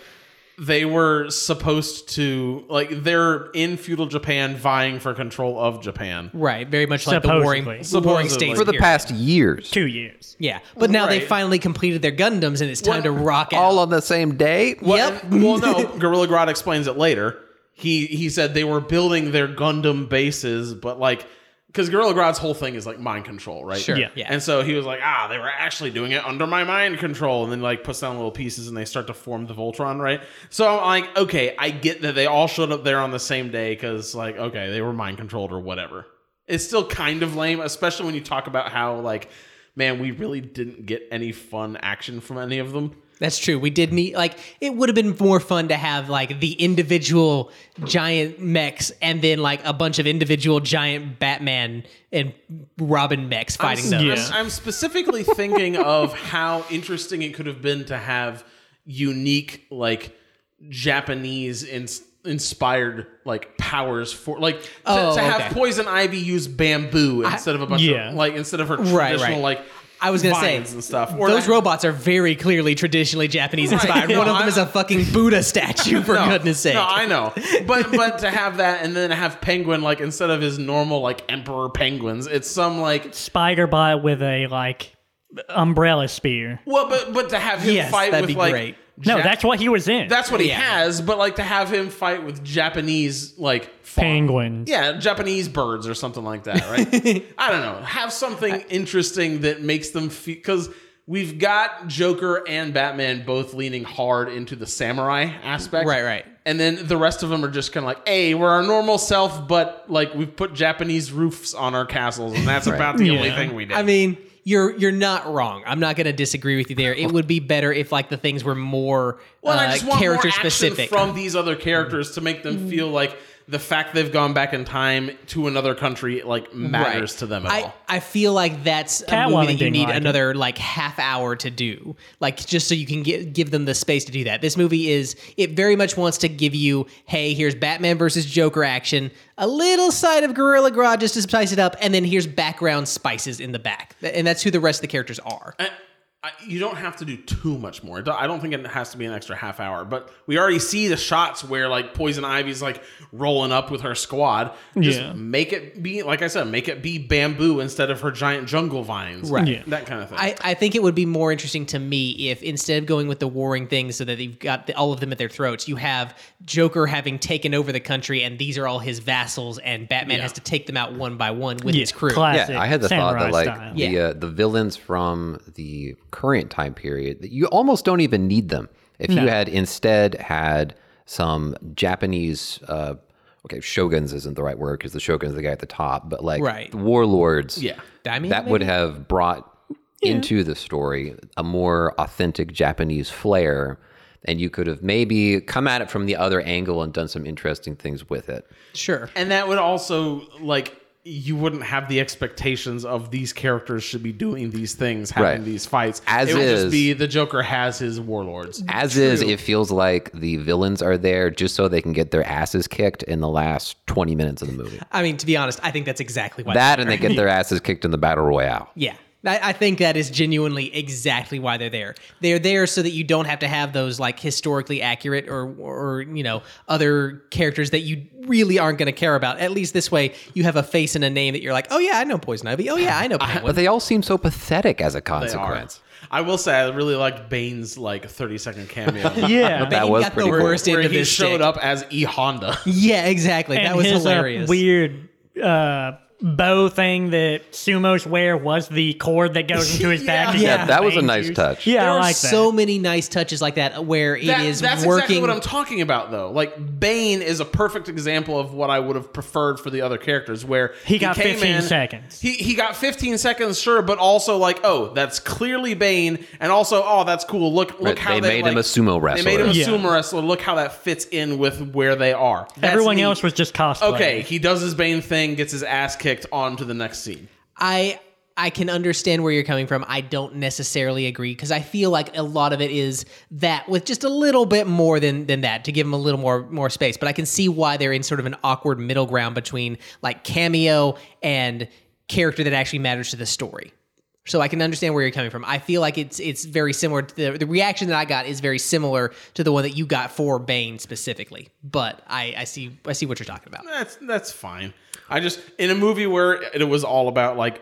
D: they were supposed to like they're in feudal Japan vying for control of Japan.
C: Right. Very much like
B: Supposedly.
C: the warring, warring
D: Supposedly.
C: states
A: For the
C: period.
A: past years,
B: Two years.
C: Yeah, but now they
D: Right.
C: finally completed their Gundams, and it's time
D: What-
C: to rock out.
A: all on the same day.
C: Yep.
D: well, no, Gorilla Grodd explains it later. He he said they were building their Gundam bases, but like because Gorilla Grodd's whole thing is like mind control, right?
C: Sure.
B: Yeah.
C: Yeah.
D: And so he was like, ah, they were actually doing it under my mind control, and then like puts down little pieces, and they start to form the Voltron, right? So I'm like, okay, I get that they all showed up there on the same day because like, okay, they were mind controlled or whatever. It's still kind of lame, especially when you talk about how like, man, we really didn't get any fun action from any of them.
C: That's true. We did need like it would have been more fun to have like the individual giant mechs and then like a bunch of individual giant Batman and Robin mechs fighting
D: I'm,
C: those.
D: I'm- I'm specifically thinking of how interesting it could have been to have unique, like Japanese in, inspired, like powers for, like to,
C: Oh,
D: to have
C: okay.
D: Poison Ivy use bamboo instead of a bunch
B: yeah.
D: of like instead of her traditional
C: Right, right.
D: like.
C: I was gonna say
D: vines and stuff. Or
C: Those
D: to-
C: robots are very clearly traditionally Japanese
D: Right.
C: inspired.
D: No,
C: One of them
D: I-
C: is a fucking Buddha statue, for goodness sake.
D: No, I know, but but to have that and then have Penguin like instead of his normal like Emperor penguins, it's some like
B: Spider bot with a like umbrella spear.
D: well, but but to have him
C: Yes,
D: fight
C: that'd be
D: with like
C: great.
B: No,
D: Jap-
B: that's what he was in.
D: That's what he
C: Yeah.
D: has, but like to have him fight with Japanese like font.
B: penguins.
D: Yeah, Japanese birds or something like that, right? I don't know. Have something interesting that makes them feel because we've got Joker and Batman both leaning hard into the samurai aspect,
C: Right, right.
D: And then the rest of them are just kind of like, "Hey, we're our normal self, but like we've put Japanese roofs on our castles, and that's about the only
B: Yeah.
D: thing we did."
C: I mean, you're you're not wrong. I'm not gonna disagree with you there. It would be better if like the things were more
D: Well, I
C: uh,
D: just want more
C: character
D: action
C: specific.
D: from these other characters to make
C: Mm-hmm.
D: them feel like the fact they've gone back in time to another country like matters
C: Right.
D: to them at
C: I,
D: all.
C: I feel like that's a
B: Catwoman
C: movie that you
B: didn't
C: need
B: like it.
C: another like half hour to do, like just so you can get, give them the space to do that. This movie is it very much wants to give you, hey, here's Batman versus Joker action, a little side of Gorilla Grodd just to spice it up, and then here's background spices in the back, Th- and that's who the rest of the characters are.
D: I, I, you don't have to do too much more. I don't think it has to be an extra half hour, but we already see the shots where like Poison Ivy's like rolling up with her squad. Just
B: Yeah.
D: make it be like I said, make it be bamboo instead of her giant jungle vines.
C: Right.
B: Yeah.
D: That kind of thing.
C: I, I think it would be more interesting to me if instead of going with the warring things so that you've got the, all of them at their throats, you have Joker having taken over the country and these are all his vassals and Batman
D: Yeah.
C: has to take them out one by one with
B: Yeah,
C: his crew.
B: classic
A: Yeah, I had the thought
B: samurai
A: that like
B: style.
A: the
C: Yeah.
A: uh, the villains from the current time period, that you almost don't even need them. If you had instead had some Japanese, uh, okay, shoguns isn't the right word because the shogun's the guy at the top, but like
C: Right.
A: warlords,
D: Yeah.
C: Daimyo,
A: that would have brought into the story a more authentic Japanese flair. And you could have maybe come at it from the other angle and done some interesting things with it.
C: Sure.
D: and that would also like you wouldn't have the expectations of these characters should be doing these things, having
A: Right.
D: these fights.
A: As
D: it would
A: is.
D: just be the Joker has his warlords.
A: As is, it feels like the villains are there just so they can get their asses kicked in the last 20 minutes of the movie.
C: I mean, to be honest, I think that's exactly why.
A: That and they get their asses kicked in the battle royale.
C: yeah. I, I think that is genuinely exactly why they're there. They're there so that you don't have to have those like historically accurate or, or you know, other characters that you really aren't going to care about. At least this way, you have a face and a name that you're like, oh, yeah, I know Poison Ivy. Oh, yeah, I know Penguin.
A: But they all seem so pathetic as a
D: They are.
A: consequence.
D: I will say I really liked Bane's like 30 second cameo.
B: Yeah.
A: That
C: he
A: was
C: got
A: pretty
C: the
A: cool.
C: worst end
D: where
C: of
D: he
C: his
D: showed
C: stick.
D: up as E Honda.
C: Yeah, exactly. that
B: And
C: was
B: his, uh,
C: hilarious.
B: weird uh, bow thing that sumos wear was the cord that goes into his back. to
C: Yeah.
B: get the
A: that was a
B: vein
A: nice
B: juice.
A: touch.
B: Yeah,
C: there
B: I
C: are
B: like that.
C: so many nice touches like that where it is
D: That- that's
C: working.
D: exactly what I'm talking about, though. Like Bane is a perfect example of what I would have preferred for the other characters, where
B: He got
D: came
B: 15
D: in-
B: seconds.
D: He he got 15 seconds, sure, but also like, oh, that's clearly Bane, and also, oh, that's cool. Look, look
A: Right,
D: how
A: they made
D: like-
A: him a sumo wrestler.
D: They made him a
B: Yeah.
D: sumo wrestler. Look how that fits in with where they are. That's
B: Everyone
D: neat.
B: else was just cosplay.
D: okay. He does his Bane thing, gets his ass kicked on to the next scene.
C: I I can understand where you're coming from. I don't necessarily agree because I feel like a lot of it is that with just a little bit more than than that to give them a little more more space. But I can see why they're in sort of an awkward middle ground between like cameo and character that actually matters to the story. So I can understand where you're coming from. I feel like it's it's very similar. To the, the reaction that I got is very similar to the one that you got for Bane specifically. But I, I see I see what you're talking about.
D: That's that's fine. I just in a movie where it was all about like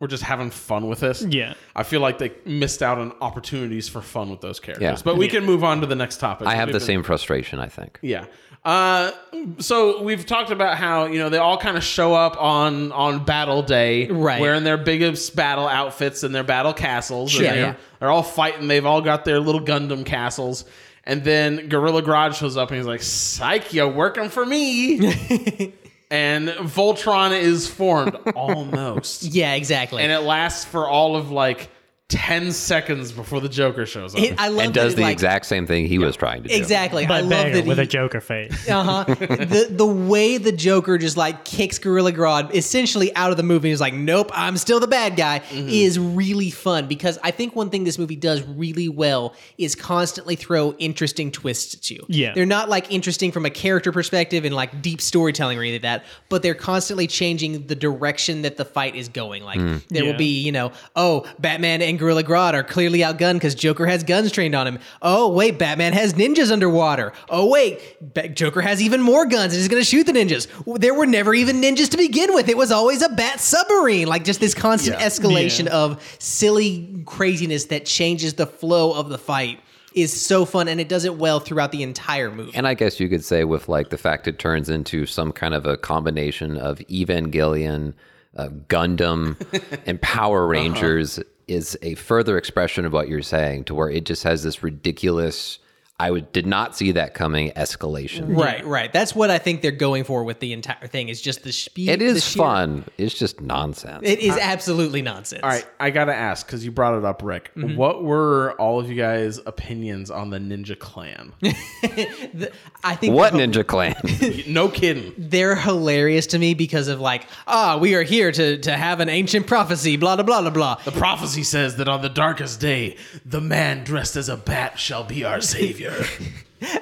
D: we're just having fun with this.
B: Yeah.
D: I feel like they missed out on opportunities for fun with those characters.
A: Yeah.
D: But we can move on to the next topic.
A: I have
D: We've
A: the
D: been-
A: same frustration, I think.
D: Yeah. Uh, so we've talked about how you know they all kind of show up on on battle day,
C: Right.
D: Wearing their biggest battle outfits and their battle castles.
C: Sure.
D: And they're,
C: Yeah.
D: they're all fighting. They've all got their little Gundam castles. And then Gorilla Grodd shows up and he's like, "Psych, you working for me." and Voltron is formed almost,
C: Yeah, exactly.
D: and it lasts for all of like ten seconds before the Joker shows up.
C: It- I love
A: And does
C: that it,
A: the
C: like,
A: exact same thing he was trying to do.
C: Exactly. I
B: But
C: love
B: better
C: that
B: with
C: he,
B: a Joker face.
C: Uh-huh. the the way the Joker just like kicks Gorilla Grodd essentially out of the movie and is like, Nope, I'm still the bad guy
B: Mm-hmm.
C: is really fun because I think one thing this movie does really well is constantly throw interesting twists at you.
B: Yeah.
C: They're not like interesting from a character perspective and like deep storytelling or anything like that, but they're constantly changing the direction that the fight is going. Like there
B: Mm.
C: will
B: Yeah.
C: be be, you know, oh, Batman and Gorilla Grodd are clearly outgunned because Joker has guns trained on him. Oh, wait, Batman has ninjas underwater. Oh, wait, Ba- Joker has even more guns and he's going to shoot the ninjas. W- There were never even ninjas to begin with. It was always a bat submarine. Like just this constant escalation of silly craziness that changes the flow of the fight is so fun and it does it well throughout the entire movie.
A: And I guess you could say with like the fact it turns into some kind of a combination of Evangelion, uh, Gundam, and Power Rangers is a further expression of what you're saying, to where it just has this ridiculous. I would, did not see that coming escalation.
C: Right, right. That's what I think they're going for with the entire thing is just the speed.
A: It
C: the
A: is
C: sheer-
A: fun. It's just nonsense.
C: It is absolutely nonsense.
D: All right, I gotta ask because you brought it up, Rick.
B: Mm-hmm.
D: What were all of you guys' opinions on the Ninja Clan?
C: I think
A: what
C: the-
A: Ninja Clan?
D: no kidding.
C: they're hilarious to me because of like, ah, we are here to to have an ancient prophecy, blah blah blah blah blah.
D: The prophecy says that on the darkest day, the man dressed as a bat shall be our savior.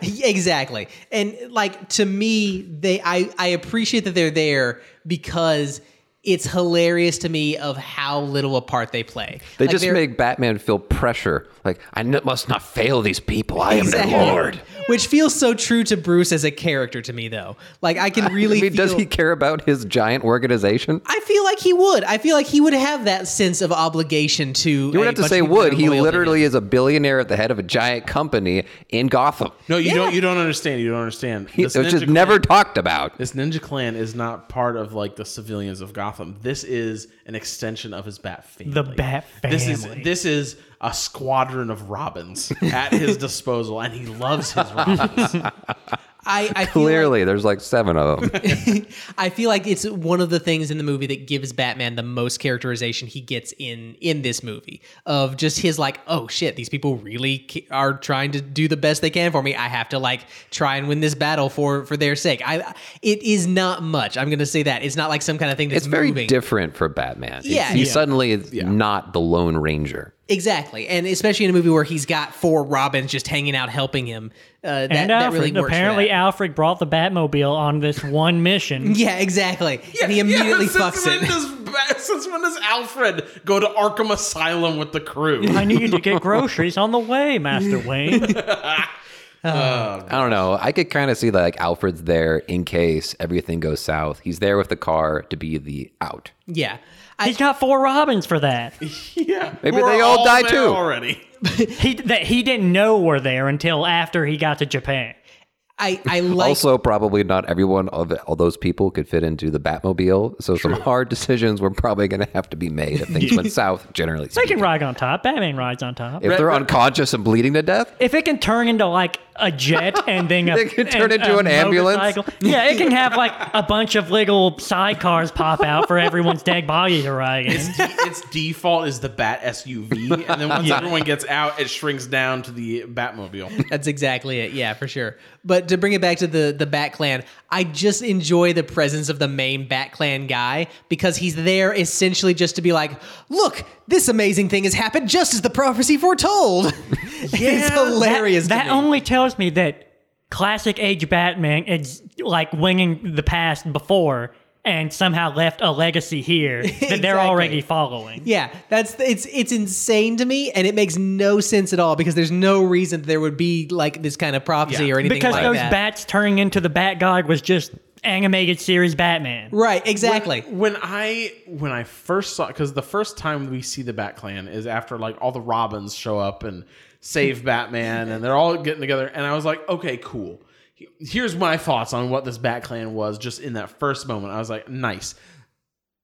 C: exactly. And like to me, they I I appreciate that they're there because it's hilarious to me of how little a part they play.
A: They
C: Like,
A: just
C: they're-
A: make Batman feel pressure. Like, I n- must not fail these people. I am
C: Exactly.
A: their lord.
C: Which feels so true to Bruce as a character to me though. Like I can really
A: I mean, does
C: feel-
A: he care about his giant organization?
C: I feel like he would. I feel like he would have that sense of obligation to.
A: You don't have to say would. He literally is a billionaire at the head of a giant company in Gotham.
D: No, you don't. You don't understand. You don't understand.
A: He, it was just never talked about.
D: This Ninja Clan is not part of like the civilians of Gotham. This is an extension of his Bat family.
B: The Bat
D: This is
B: family.
D: this is a squadron of Robins at his disposal, and he loves his Robins.
C: I, I feel like-
A: Clearly, there's like seven of them.
C: I feel like it's one of the things in the movie that gives Batman the most characterization he gets in in this movie of just his like, oh shit, these people really ca- are trying to do the best they can for me. I have to like try and win this battle for for their sake. I it is not much. I'm gonna say that it's not like some kind of thing that's
A: It's very
C: moving.
A: different for Batman. He-
C: Yeah.
A: he
C: Yeah.
A: suddenly is not the Lone Ranger.
C: exactly, and especially in a movie where he's got four Robins just hanging out helping him. Uh, that,
B: and
C: that
B: Alfred.
C: really works. for
B: Apparently,
C: that.
B: Alfred brought the Batmobile on this one mission.
C: yeah, exactly, and he immediately
D: Yeah, since
C: fucks
D: when
C: it.
D: Does, Ba- since when does Alfred go to Arkham Asylum with the crew?
B: I need to get groceries on the way, Master Wayne.
A: I don't know. I could kind of see like Alfred's there in case everything goes south. He's there with the car to be the out.
C: yeah, I,
B: He's got four Robins for that.
D: yeah,
A: Maybe
D: Who are
A: they all die
D: there
A: too.
D: already.
B: He that he didn't know were there until after he got to Japan.
C: I I like
A: also, probably not everyone of all those people could fit into the Batmobile, so some hard decisions were probably going to have to be made if things went south. Generally
B: They can
A: speaking.
B: ride on top. Batman rides on top.
A: if they're unconscious and bleeding to death,
B: if it can turn into like a jet and then a,
A: It can turn
B: and
A: into
B: a
A: an ambulance?
B: motorcycle. Yeah, it can have like a bunch of legal sidecars pop out for everyone's dead body to ride in.
D: Its, de- its default is the Bat SUV, and then once everyone gets out, it shrinks down to the Batmobile.
C: That's exactly it. Yeah, for sure. But to bring it back to the the Bat Clan, I just enjoy the presence of the main Bat Clan guy because he's there essentially just to be like, "Look, this amazing thing has happened just as the prophecy foretold." it's hilarious. to
B: That
C: me.
B: only tells me that classic age Batman is like winging the past before and somehow left a legacy here that they're
C: Exactly.
B: already following.
C: Yeah, that's it's it's insane to me, and it makes no sense at all because there's no reason that there would be like this kind of prophecy
D: Yeah.
C: or anything
B: Because
C: like
B: those
C: that.
B: bats turning into the Bat God was just animated series Batman.
C: right, exactly.
D: When I when I first saw, because the first time we see the Bat Clan is after like all the Robins show up and save Batman, and they're all getting together, and I was like, okay, cool. Here's my thoughts on what this Bat Clan was just in that first moment. I was like, nice.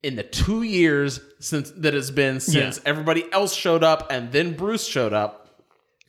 D: in the two years since that has been since everybody else showed up and then Bruce showed up.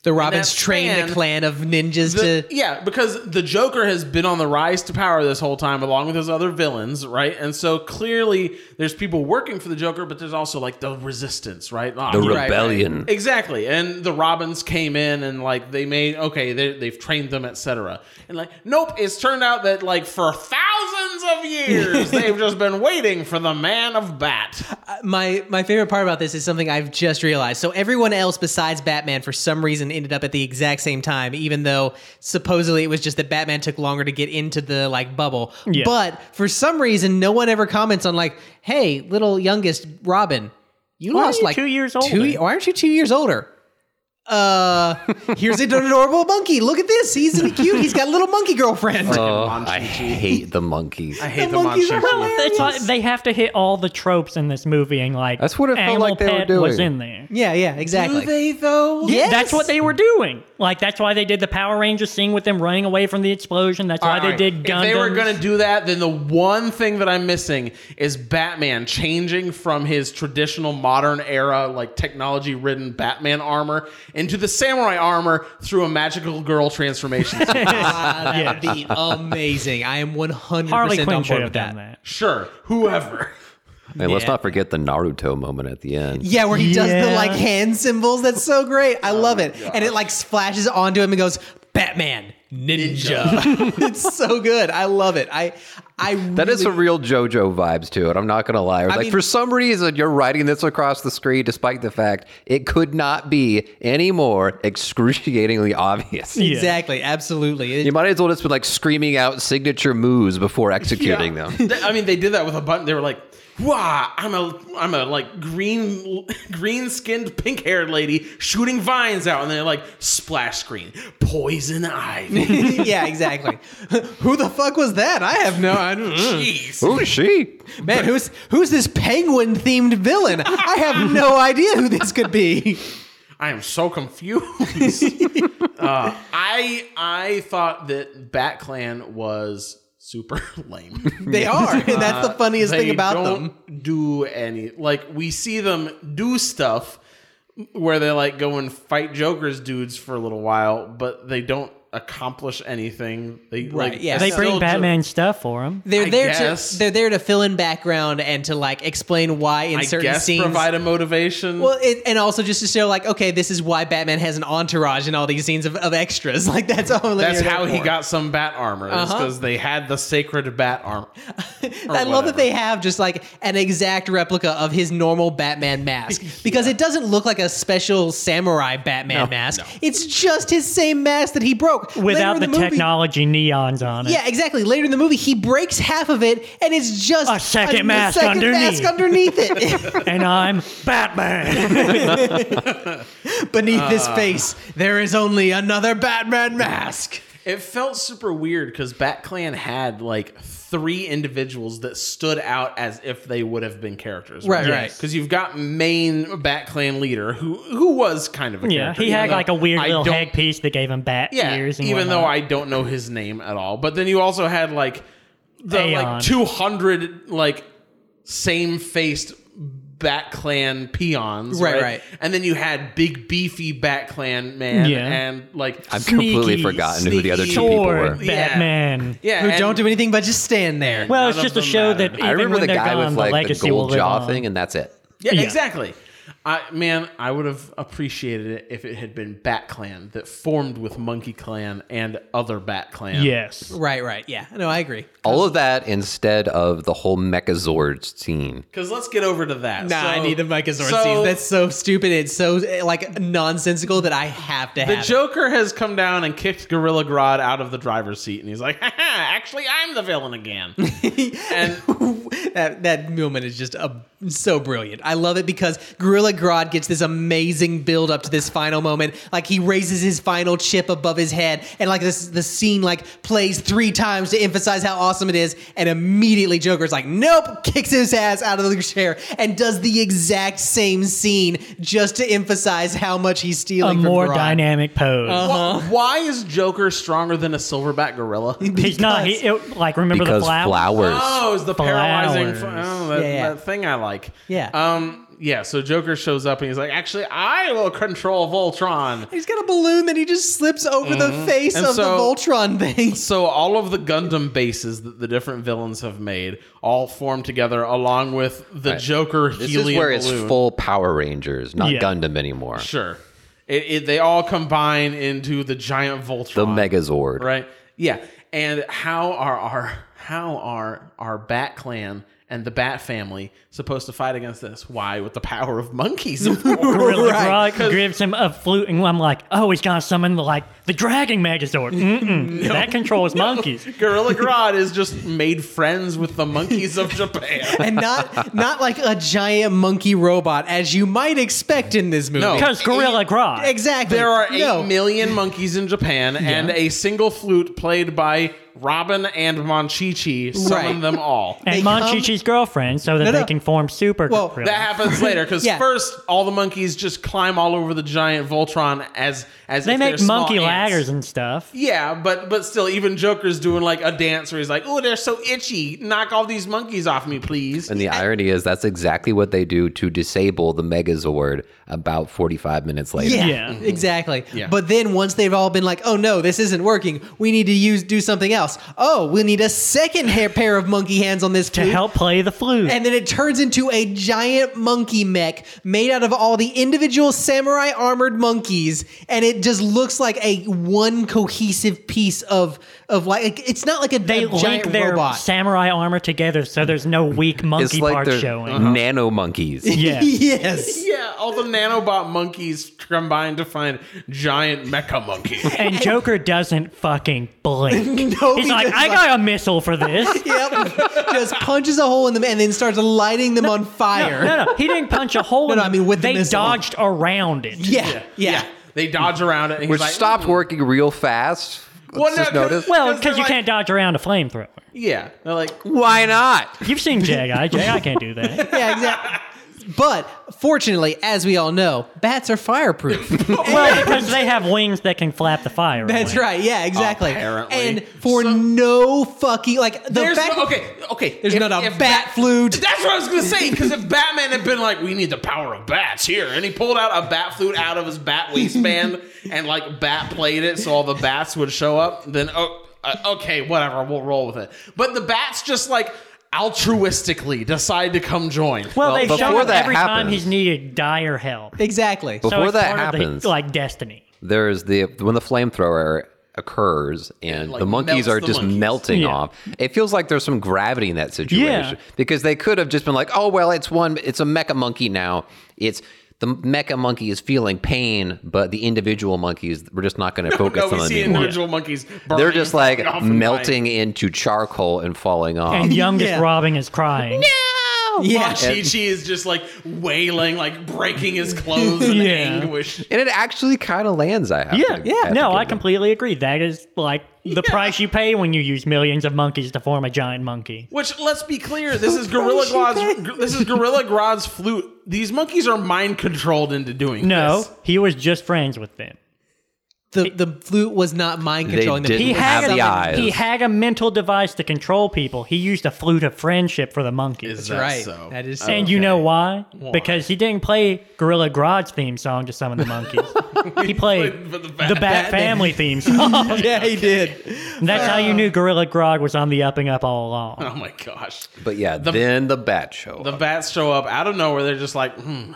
C: The Robins
D: that
C: train
D: span,
C: the clan of ninjas to.
D: the- yeah, because the Joker has been on the rise to power this whole time, along with his other villains, right? And so clearly, there's people working for the Joker, but there's also like the resistance, right? Ah,
A: the
D: yeah.
C: right.
A: rebellion.
D: Exactly. And the Robins came in and like they made okay, they they've trained them, etc. And like, nope, it's turned out that like for thousands of years they've just been waiting for the man of bat.
C: My my favorite part about this is something I've just realized. So everyone else besides Batman, for some reason, ended up at the exact same time, even though supposedly it was just that Batman took longer to get into the like bubble.
B: Yeah.
C: But for some reason, no one ever comments on like, "Hey, little youngest Robin, you
B: Why are
C: lost
B: you
C: like
B: two years
C: Two,
B: older?"
C: why aren't you two years older?" Uh, here's an adorable monkey. Look at this. He's cute. He's got a little monkey girlfriend.
A: Oh,
D: Manchu
A: I
D: Chi.
A: hate the monkeys.
D: I hate
C: The
D: the,
C: monkeys
D: Manchu
C: are
D: Chi.
C: hilarious.
B: It's like they have to hit all the tropes in this movie, and like
A: That's what it felt
B: animal
A: like they were
B: pet was
A: doing.
B: in there.
C: Yeah, yeah, exactly.
D: they though?
C: Yes.
B: That's what they were doing. Like that's why they did the Power Rangers scene with them running away from the explosion. That's why they did Gundam.
D: If they were gonna do that, then the one thing that I'm missing is Batman changing from his traditional modern era, like technology ridden Batman armor into the samurai armor through a magical girl transformation.
C: Ah, that would be amazing. I am 100%
B: Harley
C: on
B: Quinn should
C: board
B: have
C: with that.
B: done that.
D: sure, whoever.
A: And let's not forget the Naruto moment at the end.
C: Yeah, where he does the
B: Yeah.
C: like hand symbols. That's so great.
A: Oh
C: I love it. And it like splashes onto him and goes, Batman, ninja. it's so good. I love it. I, I
A: That is
C: really-
A: some real JoJo vibes to it. I'm not gonna lie. like
C: mean-
A: for some reason, you're writing this across the screen, despite the fact it could not be any more excruciatingly obvious.
C: Exactly. Absolutely. It-
A: You might as well just be like screaming out signature moves before executing
D: Yeah.
A: them.
D: They- I mean, they did that with a button. They were like, "Wow, I'm a, I'm a like green, green skinned, pink haired lady shooting vines out," and they're like, "Splash screen, poison ivy."
C: yeah, exactly. Who the fuck was that? I have no I don't-
D: Jeez.
A: Who's she?
C: Man, who's who's this penguin themed villain? I have no idea who this could be.
D: I am so confused. uh, I I thought that Bat Clan was super lame.
C: They are. And that's the funniest thing about them.
D: them. Do any like we see them do stuff where they like go and fight Joker's dudes for a little while, but they don't accomplish anything. They
C: Right,
D: like,
C: yeah.
B: They
D: still
B: bring
D: ju-
B: Batman stuff for him.
C: They're
D: I
C: there
D: guess.
C: to they're there to fill in background and to like explain why in
D: I
C: certain
D: guess
C: scenes.
D: provide a motivation.
C: well, it, and also just to show like, okay, this is why Batman has an entourage in all these scenes of, of extras. Like that's all.
D: that's
C: they're
D: how
C: there
D: he
C: for.
D: got some bat armor. Because
C: Uh-huh.
D: they had the sacred bat armor.
C: I love that
D: whatever.
C: they have just like an exact replica of his normal Batman mask because it doesn't look like a special samurai Batman mask. It's just his same mask that he broke Later
B: Without
C: in
B: the,
C: movie-
B: technology neons on it.
C: Yeah, exactly. Later in the movie, he breaks half of it, and it's just
B: A second mask
C: second mask underneath it.
B: And I'm Batman.
C: Beneath this face, there is only another Batman mask.
D: It felt super weird because Bat Clan had like three individuals that stood out as if they would have been characters.
C: Right, right.
D: Because you've got main Bat Clan leader who who was kind of a
B: Yeah,
D: character,
B: he
D: even
B: had
D: though
B: like a weird
D: I
B: little
D: don't-
B: hag piece that gave him bat
D: yeah,
B: ears. And
D: even though
B: whatnot.
D: I don't know his name at all. But then you also had like the
B: Aeon.
D: like two hundred like same faced Bat Clan peons,
C: Right,
D: right,
C: right.
D: And then you had big beefy Bat Clan man,
B: Yeah.
D: and like
A: I've completely
B: Sneaky,
A: forgotten who the other two people
B: sword
A: were.
D: Yeah.
B: Batman.
D: yeah,
C: who
D: and-
C: don't do anything but just stand there.
B: Well, it's
D: None of
B: just a
D: them
B: show
D: matter.
B: that
D: I
B: even
A: I remember
B: when
A: the
B: they're
A: guy
B: gone,
A: with like the
B: legacy will
A: gold
B: live
A: jaw
B: on.
A: thing, and that's it.
D: Yeah,
B: Yeah.
D: exactly. I man, I would have appreciated it if it had been Bat Clan that formed with Monkey Clan and other Bat Clan.
B: Yes.
C: Right, right. Yeah. No, I agree.
A: All
B: Oh.
A: of that instead of the whole Mechazord scene.
D: Because let's get over to that.
C: Nah, I
D: So-
C: need the Micazord
D: so
C: scene. That's so stupid. It's so eh, like nonsensical that I have to
D: the
C: have. it.
D: Joker has come down and kicked Gorilla Grodd out of the driver's seat, and he's like, "Ha ha! Actually, I'm the villain again."
C: Uh-huh.
D: and
C: that that moment is just uh, so brilliant. I love it because Gorilla Grodd gets this amazing build up to this final moment. Like he raises his final chip above his head, and like this the scene like plays three times to emphasize how awesome it is. And immediately Joker's like, "Nope!" kicks his ass out of the chair and does the exact same scene just to emphasize how much he's
B: A
C: stealing. from
B: more
C: Grodd.
B: dynamic pose.
D: wh- why is Joker stronger than a silverback gorilla?
B: He's not. He, it, like remember the
A: because
B: flower.
A: flowers.
D: Oh, it's the paralyzing
B: Flowers.
D: fl- oh, that,
C: Yeah, yeah.
D: that thing I like.
C: Yeah.
D: Um. Yeah. So Joker shows up and he's like, "Actually, I will control Voltron."
C: He's got a balloon that he just slips over the face
D: Mm-hmm. And
C: of the
D: so-
C: Voltron thing.
D: So all of the Gundam bases that the different villains have made all form together, along with the
A: Right.
D: Joker
A: This
D: helium
A: is where it's
D: balloon.
A: full Power Rangers, not
B: Yeah.
A: Gundam anymore.
D: Sure. It, it they all combine into the giant Voltron.
A: The Megazord.
D: Right. Yeah. And how are our how are our Bat Clan and the Bat Family supposed to fight against this? Why with the power of monkeys? of course.
B: Gorilla
C: Right,
B: Grodd gives him a flute, and I'm like, oh, he's gonna summon the like the Dragon Megazord. Mm-mm. That controls monkeys.
D: Gorilla Grodd is just made friends with the monkeys of Japan.
C: and not not like a giant monkey robot as you might expect in this movie.
D: No.
B: Because Gorilla Grodd.
C: exactly.
D: There are eight
C: no.
D: million monkeys in Japan, and a single flute played by Robin and Monchichi summon
C: Right.
D: them all.
B: And
C: They come-
B: Monchichi's girlfriend, so that
C: No, no.
B: they can form super.
C: Well,
B: gorillas.
D: That happens later because
C: Yeah.
D: first all the monkeys just climb all over the giant Voltron as as
B: they
D: if they're
B: make
D: small
B: monkey
D: ants.
B: ladders and stuff.
D: Yeah, but but still, even Joker's doing like a dance where he's like, "Oh, they're so itchy! Knock all these monkeys off me, please."
A: And the irony is that's exactly what they do to disable the Megazord about 45 minutes later.
C: Yeah,
B: Yeah.
C: exactly.
D: Yeah.
C: But then once they've all been like, "Oh no, this isn't working. We need to use do something else. Oh, we need a second hair, pair of monkey hands on this
B: To
C: flute.
B: help play the flute.
C: And then it turns into a giant monkey mech made out of all the individual samurai armored monkeys, and it just looks like a one cohesive piece of of like, like it's not like a,
B: they
C: a giant
B: link their
C: robot.
B: samurai armor together so there's no weak
A: It's
B: monkey
A: like
B: part
A: they're
B: showing.
D: Uh-huh.
A: nano monkeys.
B: Yeah.
C: yes.
D: yeah, all the nanobot monkeys combine to find giant mecha monkey.
B: And Joker doesn't fucking blink.
C: No,
B: He's
C: he
B: like,
C: does
B: I
C: not."
B: got a missile for this.
C: Yep. Just punches a hole in them and then starts lighting them on fire.
B: No, no, he didn't punch a hole.
C: No,
B: in
C: no,
B: it.
C: I mean with the
B: they
C: missile.
B: dodged around it.
C: Yeah. Yeah.
D: They dodge around it, and he's
A: Which
D: like,
A: stopped working real fast. Let's
D: Well, no,
A: just
D: 'cause-
A: notice.
B: Well,
D: 'Cause they're
B: because you
D: like-
B: can't dodge around a flamethrower.
D: "Yeah." They're like,
A: Why not?
B: You've seen Jedi. Jedi can't do that.
C: Yeah, exactly. But fortunately, as we all know, bats are fireproof.
B: Well, because they have wings that can flap the fire.
C: That's
B: away.
C: right. Yeah, exactly.
D: Apparently.
C: And for
D: So-
C: no fucking like the
D: There's
C: fact
D: no- okay, okay.
C: There's
D: if-
C: not a
D: if
C: bat flute.
D: That's what I was gonna say. Because if Batman had been like, "We need the power of bats here," and he pulled out a bat flute out of his bat waistband and like bat played it, so all the bats would show up, then oh, uh, okay, whatever, we'll roll with it. But the bats just like altruistically decide to come join.
B: Well, they
A: before
B: show up
A: that
B: every time
A: happens-
B: he's needed dire help.
C: Exactly.
B: So
A: Before
B: it's
A: that
B: part of the,
A: happens-
B: like destiny.
A: There's the when the flamethrower occurs and
D: like,
A: the monkeys
D: melts
A: are
D: the
A: just
D: monkeys.
A: melting
B: Yeah.
A: off. It feels like there's some gravity in that situation because they could have just been like, "Oh well, it's one, it's a mecha monkey now. It's the mecha monkey is feeling pain, but the individual monkeys we're just not going to focus
D: no, we
A: on
D: see
A: anymore.
D: individual monkeys.
A: They're
D: burning
A: just like
D: off and dying.
A: melting into charcoal and falling off.
B: And youngest
C: Yeah.
B: robbing is crying.
A: now.
C: Yeah.
D: Chi Chi is just like wailing, like breaking his clothes in
B: Yeah.
D: anguish.
A: And it actually kind of lands, I have
B: Yeah,
A: to-
B: yeah.
A: have to
B: No, I
A: give them.
B: completely agree. That is like the price you pay when you use millions of monkeys to form a giant monkey.
D: Which let's be clear, this is Gorilla Grodd's this is Gorilla Grodd's flute. These monkeys are mind controlled into doing
B: No,
D: this.
B: he was just friends with them.
C: The the flute was not mind
A: They
C: controlling.
A: didn't
B: He had
A: have
B: a,
A: the eyes.
B: he had a mental device to control people. He used a flute of friendship for the monkeys.
D: Is
C: That's
D: that
C: right.
D: so?
C: That is
B: And you know why? Because he didn't play Gorilla Grodd's theme song to summon the monkeys. he played the
D: for the
B: Bat,
D: Bat-
B: Family theme song.
C: yeah, he did.
B: And That's how you knew Gorilla Grodd was on the up and up all along.
D: Oh my gosh.
A: But yeah, then the bat show.
D: The
A: up.
D: bats show up out of nowhere. They're just like, hmm,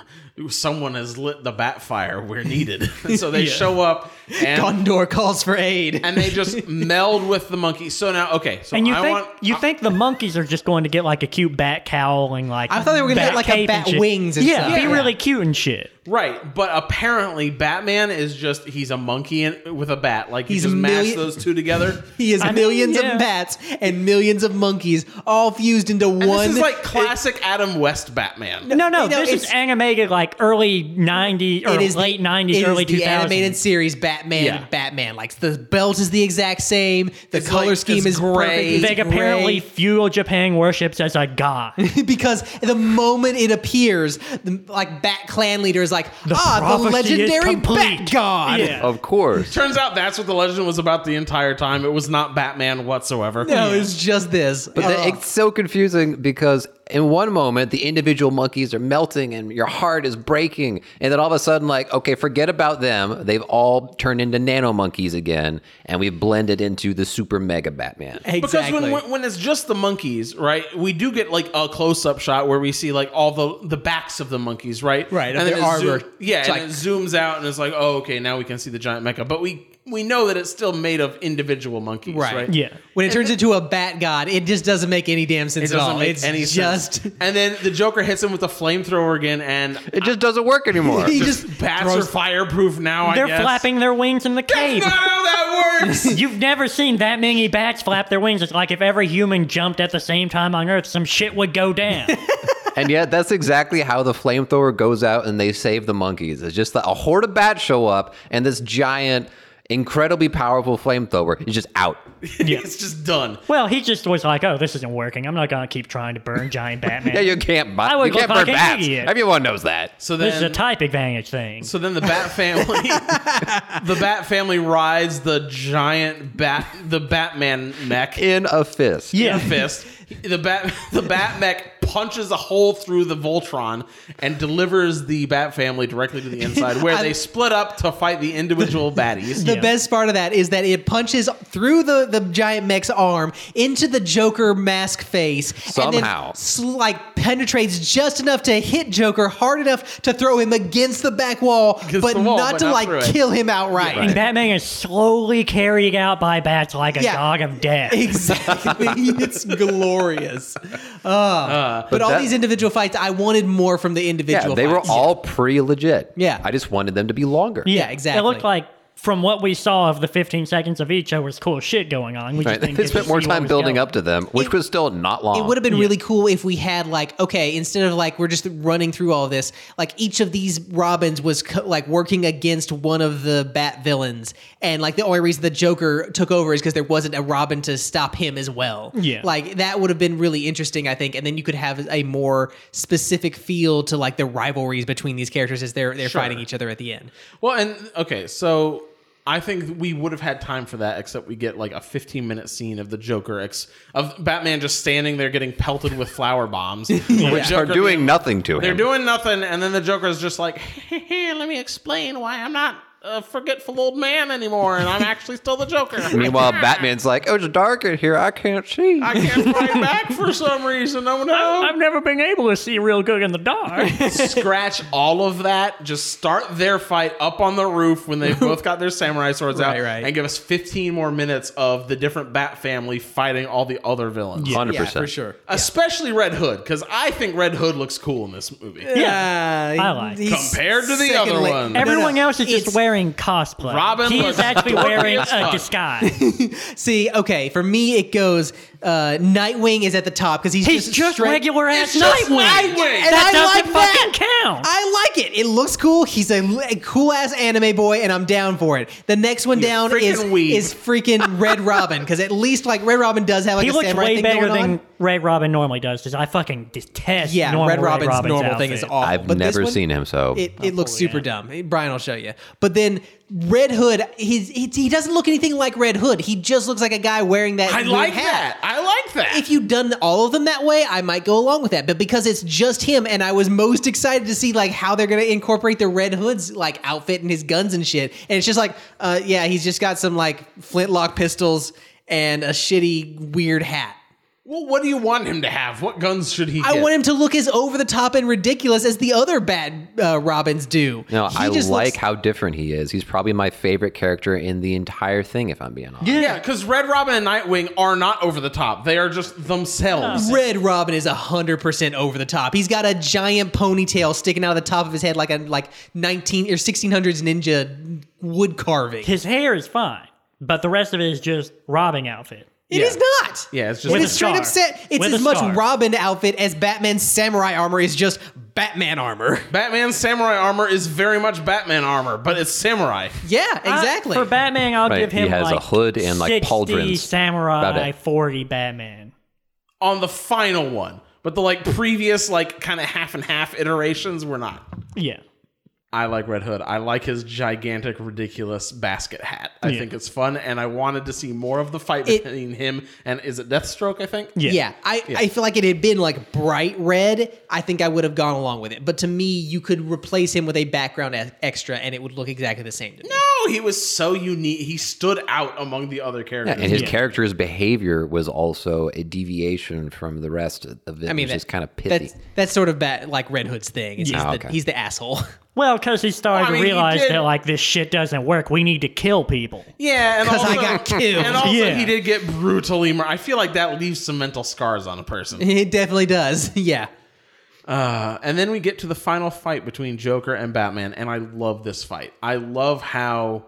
D: someone has lit the bat fire. We're needed. so they show up and,
C: Gondor calls for aid.
D: and they just meld with the monkey. So now, okay. So
B: And you
D: I
B: think
D: want
B: you think the monkeys are just going to get like a cute bat cowl and like
C: I thought they were gonna
B: bat
C: get, like, a
B: cape
C: bat
B: shit.
C: wings and
B: yeah,
C: stuff.
B: be
C: Yeah.
B: really cute and shit.
D: right, but apparently Batman is just he's a monkey in, with a bat. Like
C: He's
D: he just mashed
C: million-
D: those two together.
C: He has
B: mean,
C: millions
B: yeah.
C: of bats and millions of monkeys all fused into
D: And
C: one.
D: this is like classic Adam West Batman.
B: No, no,
C: you know,
B: this is
C: it's-
B: animated like early '90s or
C: It is the-
B: late '90s,
C: it
B: early
C: is the
B: 2000s.
C: animated series Batman.
D: Yeah.
C: Batman, like the belt is the exact same. The
D: It's
C: color
D: like-
C: scheme
D: it's
C: is gray.
D: gray.
B: they apparently fuel Japan worships as a god.
C: Ah, because the moment it appears, the, like Bat Clan leader is like,
B: The
C: ah, the
B: prophecy is
C: legendary
B: complete."
C: Bat God.
B: Yeah.
D: Oh,
A: of course.
D: Turns out that's what the legend was about the entire time. It was not Batman whatsoever.
C: No, it's just this. Uh,
A: But
C: Ugh.
A: the, it's so confusing because in one moment the individual monkeys are melting and your heart is breaking, and then all of a sudden, like, okay, forget about them. They've all turned into nano monkeys again, and we've blended into the super mega Batman.
D: Because
C: exactly.
D: when, when when it's just the monkeys, right? We do get like a close up shot where we see like all the the backs of the monkeys, right?
C: Right, of
D: and
C: their
D: it zo-
C: armor.
D: yeah,
C: It's
D: and
C: like-
D: it zooms out and it's like, oh, okay, now we can see the giant mecha. But we we know that it's still made of individual monkeys,
C: Right.
D: right?
B: Yeah.
C: When it turns into a bat god, it just doesn't make any damn
D: It
C: sense at
D: doesn't
C: all.
D: make
C: it's
D: any
C: just
D: sense. And then the Joker hits him with a flamethrower again, and
A: It just doesn't work anymore.
C: he
D: just,
C: just,
D: bats
C: throws-
D: are fireproof now.
B: They're
D: I guess.
B: flapping their wings in the cave.
D: That's not how that works.
B: You've never seen that many bats flap their wings. It's like if every human jumped at the same time on Earth, some shit would go down.
A: and yet, that's exactly how the flamethrower goes out and they save the monkeys. It's just that a horde of bats show up, and this giant, incredibly powerful flamethrower is just out.
D: it's just done.
B: well, he just was like, "Oh, this isn't working. I'm not gonna keep trying to burn giant Batman."
A: Yeah, you can't,
B: I
A: bu-
B: would
A: you can't
B: look
A: burn
B: like an
A: bats.
B: idiot.
A: Everyone knows that.
D: So then
B: this is a type advantage thing.
D: So then the Bat family, the Bat family rides the giant bat, the Batman mech
A: in
D: in
A: a fist.
D: a fist. The bat, the Bat mech punches a hole through the Voltron and delivers the Bat family directly to the inside, where
C: I-
D: they split up to fight the individual baddies.
C: the best part of that is that it punches through the, the giant mech's arm into the Joker mask face and
A: Somehow.
C: then sl- like penetrates just enough to hit Joker hard enough to throw him against the back wall, but
D: the wall,
C: not
D: but
C: to
D: not
C: like
D: through it.
C: kill him outright.
B: and Batman is slowly carried out by bats like a
C: Yeah.
B: dog of death.
C: Exactly. it's glorious. Uh, but, all
A: that-
C: these individual fights, I wanted more from the
A: Yeah,
C: individual
A: they were
C: fights.
A: all pretty legit.
C: Yeah.
A: I just wanted them to be longer.
C: Yeah,
B: It
C: exactly.
B: looked like, from what we saw of the 15 seconds of each, there was cool shit going on. We just
A: Right.
B: didn't
A: They
B: get
A: spent
B: to
A: more
B: see what
A: time
B: was
A: building
B: going.
A: up to them, which was still not long.
C: It would have been really cool if we had like okay, instead of like we're just running through all this, like each of these Robins was co- like working against one of the Bat villains, and like the only reason the Joker took over is because there wasn't a Robin to stop him as well.
B: Yeah.
C: like that would have been really interesting, I think, and then you could have a more specific feel to like the rivalries between these characters as they're they're fighting each other at the end.
D: Well, and okay, so I think we would have had time for that, except we get like a 15 minute scene of the Joker ex of Batman just standing there getting pelted with flower bombs, which
A: Are doing nothing to
D: They're
A: him.
D: doing nothing, and then the Joker is just like, "Let me explain why I'm not a forgetful old man anymore, and I'm actually still the Joker."
A: Meanwhile, Batman's like, "Oh, it's dark in here. I can't see."
D: I can't fight back for some reason. Oh
B: I've
D: no!
B: never been able to see real good in the dark.
D: Scratch all of that. Just start their fight up on the roof when they've both got their samurai swords out,
C: Right, right.
D: and give us 15 more minutes of the different Bat family fighting all the other villains.
A: Hundred percent.
C: sure.
D: Especially Red Hood, because I think Red Hood looks cool in this movie.
B: Yeah,
C: Uh,
B: I like.
C: he's
D: Compared to the
C: second
D: other
C: la-
D: one.
B: Everyone
C: No, no,
B: else is just
C: it's-
B: wearing cosplay.
D: Robin
B: he
D: looks
B: is actually
D: dorky
B: wearing
D: as
B: a
D: fuck.
B: disguise.
C: See, okay, for me it goes uh, Nightwing is at the top because he's,
B: He's just
C: straight-
B: regular ass
C: It's just
B: Nightwing.
C: and
B: That
C: I
B: doesn't
C: like that.
B: fucking count.
C: I like it. It looks cool. He's a, cool ass anime boy, and I'm down for it. The next one down
D: freaking
C: is
D: weeb.
C: is freaking Red Robin because at least like Red Robin does have like
B: he
C: a
B: looks
C: samurai
B: way
C: thing
B: better
C: going
B: than
C: on.
B: Red Robin normally does. Because I fucking detest.
C: Yeah,
B: normal
C: Red Robin's,
B: Robin's
C: normal thing is
B: outfit. Oh,
C: awful.
A: I've
C: but this
A: never
C: one-
A: seen him, so
C: It, it looks super dumb. Brian will show you. But then Red Hood, he's, he, he doesn't look anything like Red Hood. He just looks like a guy wearing that.
D: I
C: weird
D: like
C: hat.
D: that. I like that.
C: If you'd done all of them that way, I might go along with that. But because it's just him, and I was most excited to see like how they're gonna incorporate the Red Hood's like outfit and his guns and shit. And it's just like, uh, yeah, he's just got some like flintlock pistols and a shitty weird hat.
D: well, what do you want him to have? What guns should he?
C: I
D: get?
C: want him to look as over the top and ridiculous as the other bad uh, Robins do.
A: No,
C: He
A: I like
C: just looks-
A: how different he is. He's probably my favorite character in the entire thing, if I'm being honest.
D: Yeah, because Red Robin and Nightwing are not over the top. They are just themselves.
C: Red Robin is hundred percent over the top. He's got a giant ponytail sticking out of the top of his head like a like nineteen or sixteen hundreds ninja wood carving.
B: His hair is fine, but the rest of it is just Robin outfit.
C: It
D: Yeah.
C: is not.
D: Yeah, it's just-
C: it
D: With
C: is
D: a
C: straight up
B: star.
C: set. It's
B: With
C: as
B: a
C: much
B: star.
C: Robin outfit as Batman's samurai armor is just Batman armor.
D: Batman's samurai armor is very much Batman armor, but it's samurai.
C: Yeah,
B: I-
C: exactly.
B: Uh, for Batman, I'll
A: Right,
B: give him
A: he has a
B: like
A: hood and, like,
B: 60
A: pauldrons. About
B: samurai
A: it.
B: forty Batman.
D: On the final one. But the like previous like kind of half and half iterations were not.
B: Yeah,
D: I like Red Hood. I like his gigantic, ridiculous basket hat. I
B: Yeah.
D: think it's fun, and I wanted to see more of the fight
C: It-
D: between him and is it Deathstroke? I think.
B: yeah,
C: yeah, I, I feel like it had been like bright red. I think I would have gone along with it. But to me, you could replace him with a background e- extra, and it would look exactly the same. To me.
D: No, he was so unique. He stood out among the other characters.
A: And his character's behavior was also a deviation from the rest of it,
C: I mean,
A: which is
C: that,
A: kind of pithy.
C: that's that's sort of bat, like Red Hood's thing. is He's,
A: Ah,
C: the,
A: okay.
C: he's the asshole.
B: Well, because he started
D: Well, I mean,
B: to
D: he
B: realize
D: did-
B: that like this shit doesn't work. We need to kill people.
D: yeah, and
C: 'Cause I
D: also,
C: got killed.
D: And also,
B: Yeah.
D: he did get brutally. Mur- I feel like that leaves some mental scars on a person.
C: it definitely does. Yeah.
D: Uh, and then we get to the final fight between Joker and Batman, and I love this fight. I love how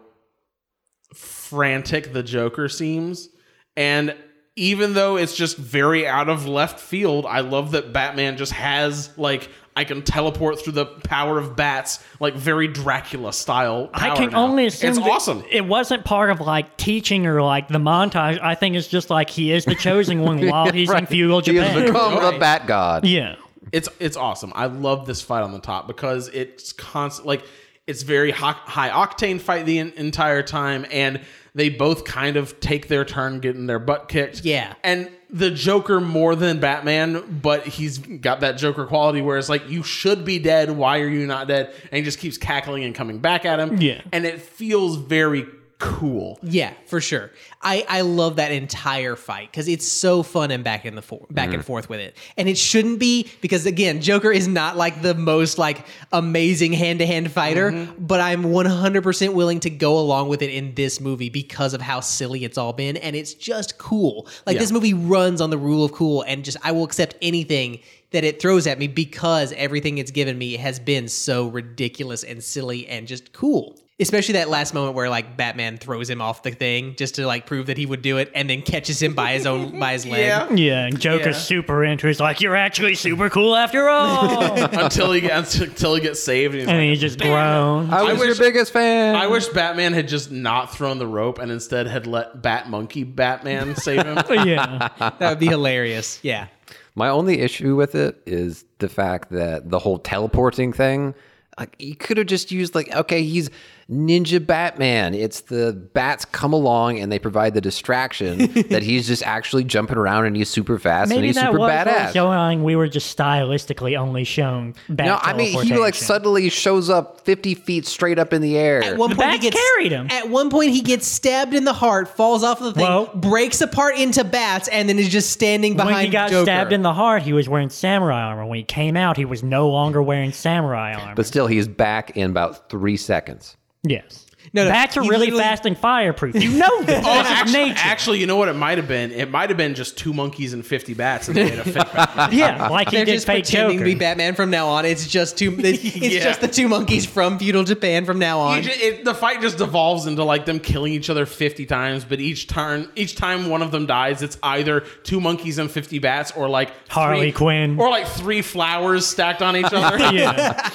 D: frantic the Joker seems, and even though it's just very out of left field, I love that Batman just has like I can teleport through the power of bats, like very Dracula style.
B: I
D: power
B: can
D: now.
B: only assume
D: it's
B: that
D: awesome.
B: It wasn't part of like teaching or like the montage. I think it's just like he is the chosen one while he's in feudal
A: he has
B: Japan.
A: become the Bat God.
B: yeah,
D: It's it's awesome. I love this fight on the top because it's constant like it's very high, high octane fight the en- entire time, and they both kind of take their turn getting their butt kicked.
C: Yeah.
D: and the Joker more than Batman, but he's got that Joker quality where it's like you should be dead. Why are you not dead? And he just keeps cackling and coming back at him.
B: Yeah.
D: and it feels very cool.
C: Yeah, for sure. I, I love that entire fight because it's so fun and back in the for- back and forth with it, and it shouldn't be because again, Joker is not like the most like amazing hand to hand fighter, but I'm 100 percent willing to go along with it in this movie because of how silly it's all been, and it's just cool. Like this movie runs on the rule of cool, and just I will accept anything that it throws at me because everything it's given me has been so ridiculous and silly and just cool. Especially that last moment where like Batman throws him off the thing just to like prove that he would do it and then catches him by his own by his leg.
B: yeah. And Joker's super into. it. He's like, "You're actually super cool after all," and
D: until he gets until he gets saved, and he's like,
B: he just groans.
A: I was your biggest fan.
D: I wish Batman had just not thrown the rope and instead had let Bat Monkey Batman save him.
B: yeah,
C: That would be hilarious. Yeah.
A: My only issue with it is the fact that the whole teleporting thing, like you could have just used like, okay, he's Ninja Batman. It's the bats come along and they provide the distraction that he's just actually jumping around and he's super fast and
B: maybe
A: he's
B: that
A: super
B: was
A: badass.
B: showing we were just stylistically only shown. Bat
A: no, I mean he like
B: teleportation.
A: suddenly shows up fifty feet straight up in the air.
C: At one
B: The
C: point he
B: bats
C: gets
B: carried him.
C: At one point he gets stabbed in the heart, falls off of the thing,
B: Well-
C: breaks apart into bats, and then is just standing behind
B: When he got
C: Joker.
B: stabbed in the heart, he was wearing samurai armor. When he came out, he was no longer wearing samurai armor.
A: But still, he's back in about three seconds.
B: yes.
C: No, no,
B: Bats are
C: he
B: really
C: literally-
B: fast and fireproof. You know this.
D: Oh,
B: This is
D: actually,
B: nature.
D: actually, you know what it might have been? It might have been just two monkeys and 50 bats, and they had a fit back.
B: yeah, like he
C: uh, They're
B: did
C: just
B: fake
C: pretending
B: Joker.
C: to be Batman from now on. It's just two. It's, it's
D: Yeah.
C: just the two monkeys from feudal Japan from now
D: You
C: on.
D: ju- it- the fight just devolves into like them killing each other 50 times, but each turn, each time one of them dies, it's either two monkeys and 50 bats, or like
B: Harley
D: three-
B: Quinn.
D: or like three flowers stacked on each other.
B: yeah.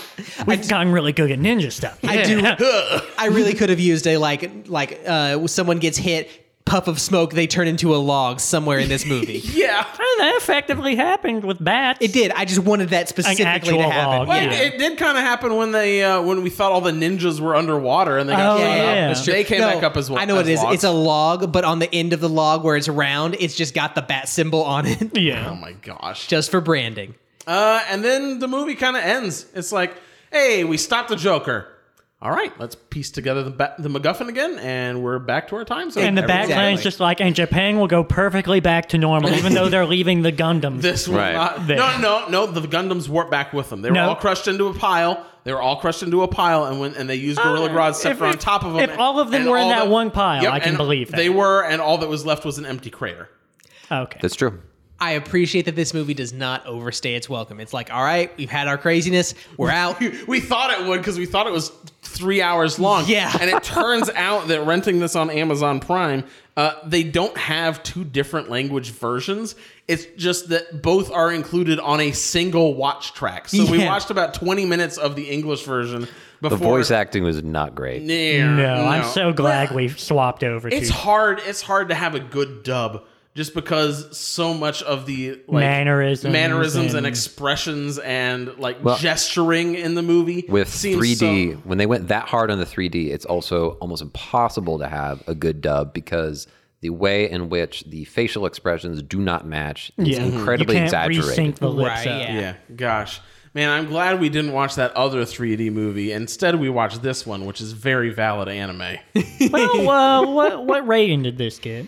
B: We've gotten really good at ninja stuff.
C: I do. I really could have used a like like uh, someone gets hit, puff of smoke, they turn into a log somewhere in this movie.
D: yeah.
B: And that effectively happened with bats.
C: it did. I just wanted that specifically
B: actual
C: to happen.
B: log,
D: Well,
B: Yeah.
D: it, it did kind of happen when they uh, when we thought all the ninjas were underwater and they got
B: Oh,
D: shot up.
B: yeah.
C: that's true.
D: They came
C: No,
D: back up as well.
C: I know what
D: as
C: it is.
D: logs.
C: It's a log, but on the end of the log where it's round, it's just got the bat symbol on it,
D: Oh
B: Yeah.
D: my gosh.
C: just for branding.
D: Uh, and then the movie kind of ends. It's like, hey, we stopped the Joker. All right, let's piece together the ba- the MacGuffin again, and we're back to our time zone.
B: And the
D: Everything-
B: bat clan's just like, and Japan will go perfectly back to normal, even though they're leaving the Gundam.
D: This will
A: Right.
D: not.
B: There.
D: No, no, no. The Gundams warped back with them. They were
B: No.
D: all crushed into a pile. They were all crushed into a pile, and when and they used Gorilla Grodd
B: if-
D: scepter on top of them.
B: Ah, if all of them
D: and
B: were in
D: all
B: that
D: the-
B: one pile, I can
D: and
B: believe that.
D: they were, and all that was left was an empty crater.
B: okay.
A: That's true.
C: I appreciate that this movie does not overstay its welcome. It's like, all right, we've had our craziness, we're out.
D: We thought it would because we thought it was three hours long.
C: Yeah.
D: And it turns out that renting this on Amazon Prime, uh, they don't have two different language versions. It's just that both are included on a single watch track. So we
C: Yeah.
D: watched about 20 minutes of the English version
A: The
D: before.
A: voice acting was not great.
D: Yeah,
B: No, I'm so glad we swapped over
D: It's
B: to
D: hard. It's hard to have a good dub just because so much of the like,
B: Mannerisms
D: mannerisms
B: and-
D: and, expressions and like gesturing in the movie
A: With
D: seems
A: 3D,
D: so-
A: when they went that hard on the 3D, it's also almost impossible to have a good dub because the way in which the facial expressions do not match is
B: Yeah. Mm-hmm.
A: incredibly
B: you can't
A: exaggerated.
B: Resync the lips
C: Right,
B: up.
C: yeah.
D: yeah, gosh. Man, I'm glad we didn't watch that other 3D movie. Instead, we watched this one, which is very valid anime.
B: Well, uh, what what rating did this get?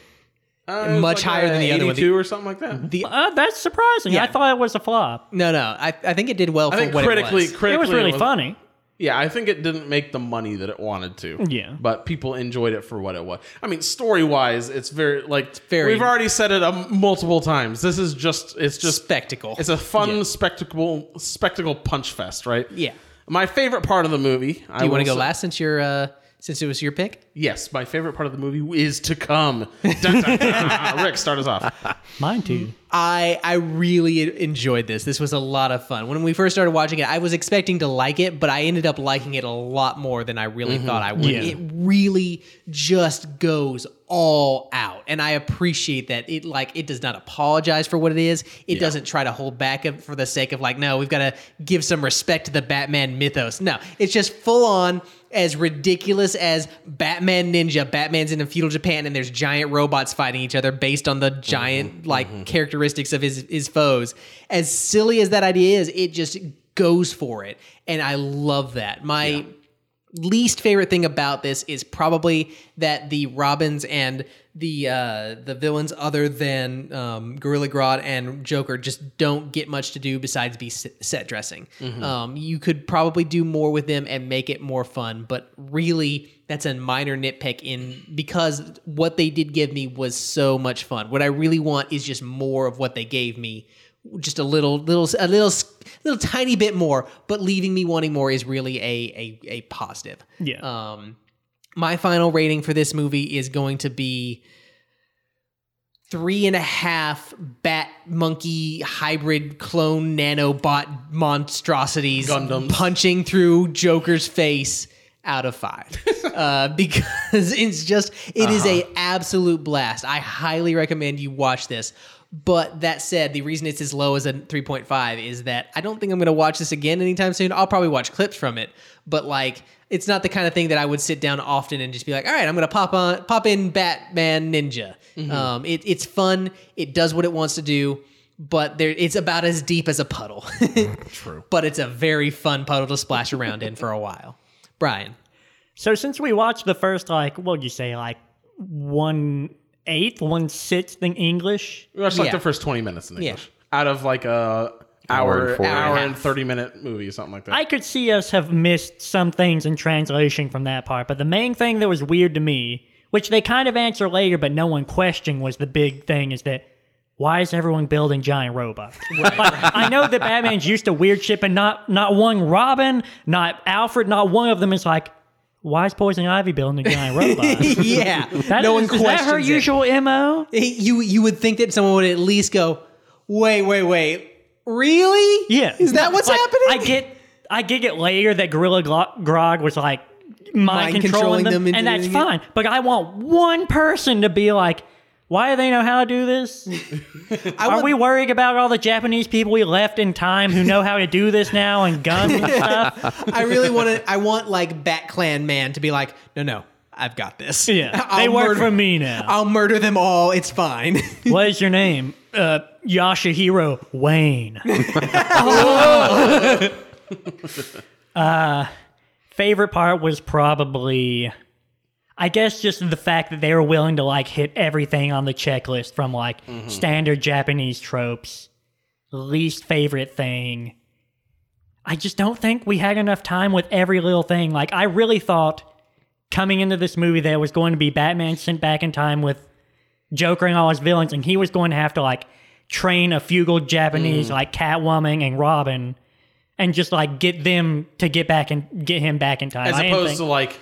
D: Uh,
C: Much
D: it's
C: higher
D: a
C: than the other one.
D: 82 or something like that.
B: Uh, that's surprising.
C: Yeah.
B: I thought it was a flop.
C: No, no, I, I think it did well
D: I
C: for
D: think
C: what
D: critically,
C: it was.
D: critically,
B: it was really funny.
D: Yeah, I think it didn't make the money that it wanted to.
B: Yeah.
D: But people enjoyed it for what it was. I mean, story wise, it's very like
C: very-
D: we've already said it um, multiple times. This is just it's just
C: spectacle.
D: it's a fun spectacle spectacle punch fest, right?
C: Yeah.
D: My favorite part of the movie.
C: Do you want to go last since you're uh, since it was your pick?
D: Yes, my favorite part of the movie is to come. Dun, dun, dun. Rick, start us off.
B: Mine
C: Mm-hmm.
B: too.
C: I I really enjoyed this. This was a lot of fun. When we first started watching it, I was expecting to like it, but I ended up liking it a lot more than I really thought I would.
B: Yeah.
C: It really just goes all out, and I appreciate that. It like it does not apologize for what it is. It doesn't try to hold back of- for the sake of like, no, we've got to give some respect to the Batman mythos. No, it's just full on. As ridiculous as Batman Ninja, Batman's in a feudal Japan, and there's giant robots fighting each other based on the giant like characteristics of his his foes. As silly as that idea is, it just goes for it, and I love that. My least favorite thing about this is probably that the Robins and the uh, the villains, other than um, Gorilla Grodd and Joker, just don't get much to do besides be s- set dressing. Um, you could probably do more with them and make it more fun, but really. That's a minor nitpick in because what they did give me was so much fun. What I really want is just more of what they gave me, just a little little a little s- little tiny bit more but leaving me wanting more is really a a, a positive
B: Yeah.
C: um my final rating for this movie is going to be three and a half bat monkey hybrid clone nanobot monstrosities
D: Gundams.
C: punching through joker's face out of five uh, because it's just it is a absolute blast i highly recommend you watch this but that said the reason it's as low as a 3.5 is that i don't think i'm going to watch this again anytime soon i'll probably watch clips from it but like it's not the kind of thing that i would sit down often and just be like all right i'm going to pop on pop in batman ninja um, it, it's fun it does what it wants to do but there it's about as deep as a puddle true but it's a very fun puddle to splash around in for a while brian
B: So since we watched the first, like, what would you say, like one eighth, one sixth in English?
D: We watched like
C: Yeah.
D: the first 20 minutes in
C: Yeah.
D: English. Out of like a
A: Hour and
D: hour, hour,
A: forty.
D: and thirty minute movie, something like that.
B: I could see us have missed some things in translation from that part, but the main thing that was weird to me, which they kind of answer later, but no one questioned, was the big thing is that why is everyone building giant robots? Like, I know that Batman's used to weird shit, but not not one Robin, not Alfred, not one of them is like, why is Poison Ivy building a giant robot?
C: yeah,
B: That
C: no
B: is-
C: one
B: is
C: questions
B: that her
C: it.
B: usual mo?
C: You you would think that someone would at least go, wait, wait, wait, really?
B: Yeah.
C: is that what's
B: Like,
C: happening?
B: I get I get it later that Gorilla Glo- Grog was like mind,
C: Mind
B: controlling,
C: controlling
B: them,
C: them into
B: and that's
C: doing it.
B: fine. But I want one person to be like, why do they know how to do this? Are
C: want-
B: we worried about all the Japanese people we left in time who know how to do this now and guns and stuff?
C: I really want to. I want like Bat Clan Man to be like, no, no, I've got this.
B: Yeah,
C: I'll
B: they work
C: murder-
B: for me now.
C: I'll murder them all. It's fine.
B: What is your name? Uh, Yashihiro Wayne. uh, Uh, favorite part was probably, I guess, just the fact that they were willing to like hit everything on the checklist from like
D: Mm-hmm.
B: standard Japanese tropes, least favorite thing. I just don't think we had enough time with every little thing. Like, I really thought coming into this movie that it was going to be Batman sent back in time with Joker and all his villains, and he was going to have to like train a fugal Japanese
D: Mm.
B: like Catwoman and Robin, and just like get them to get back and get him back in time.
D: as
B: I didn't
D: opposed
B: think-
D: to like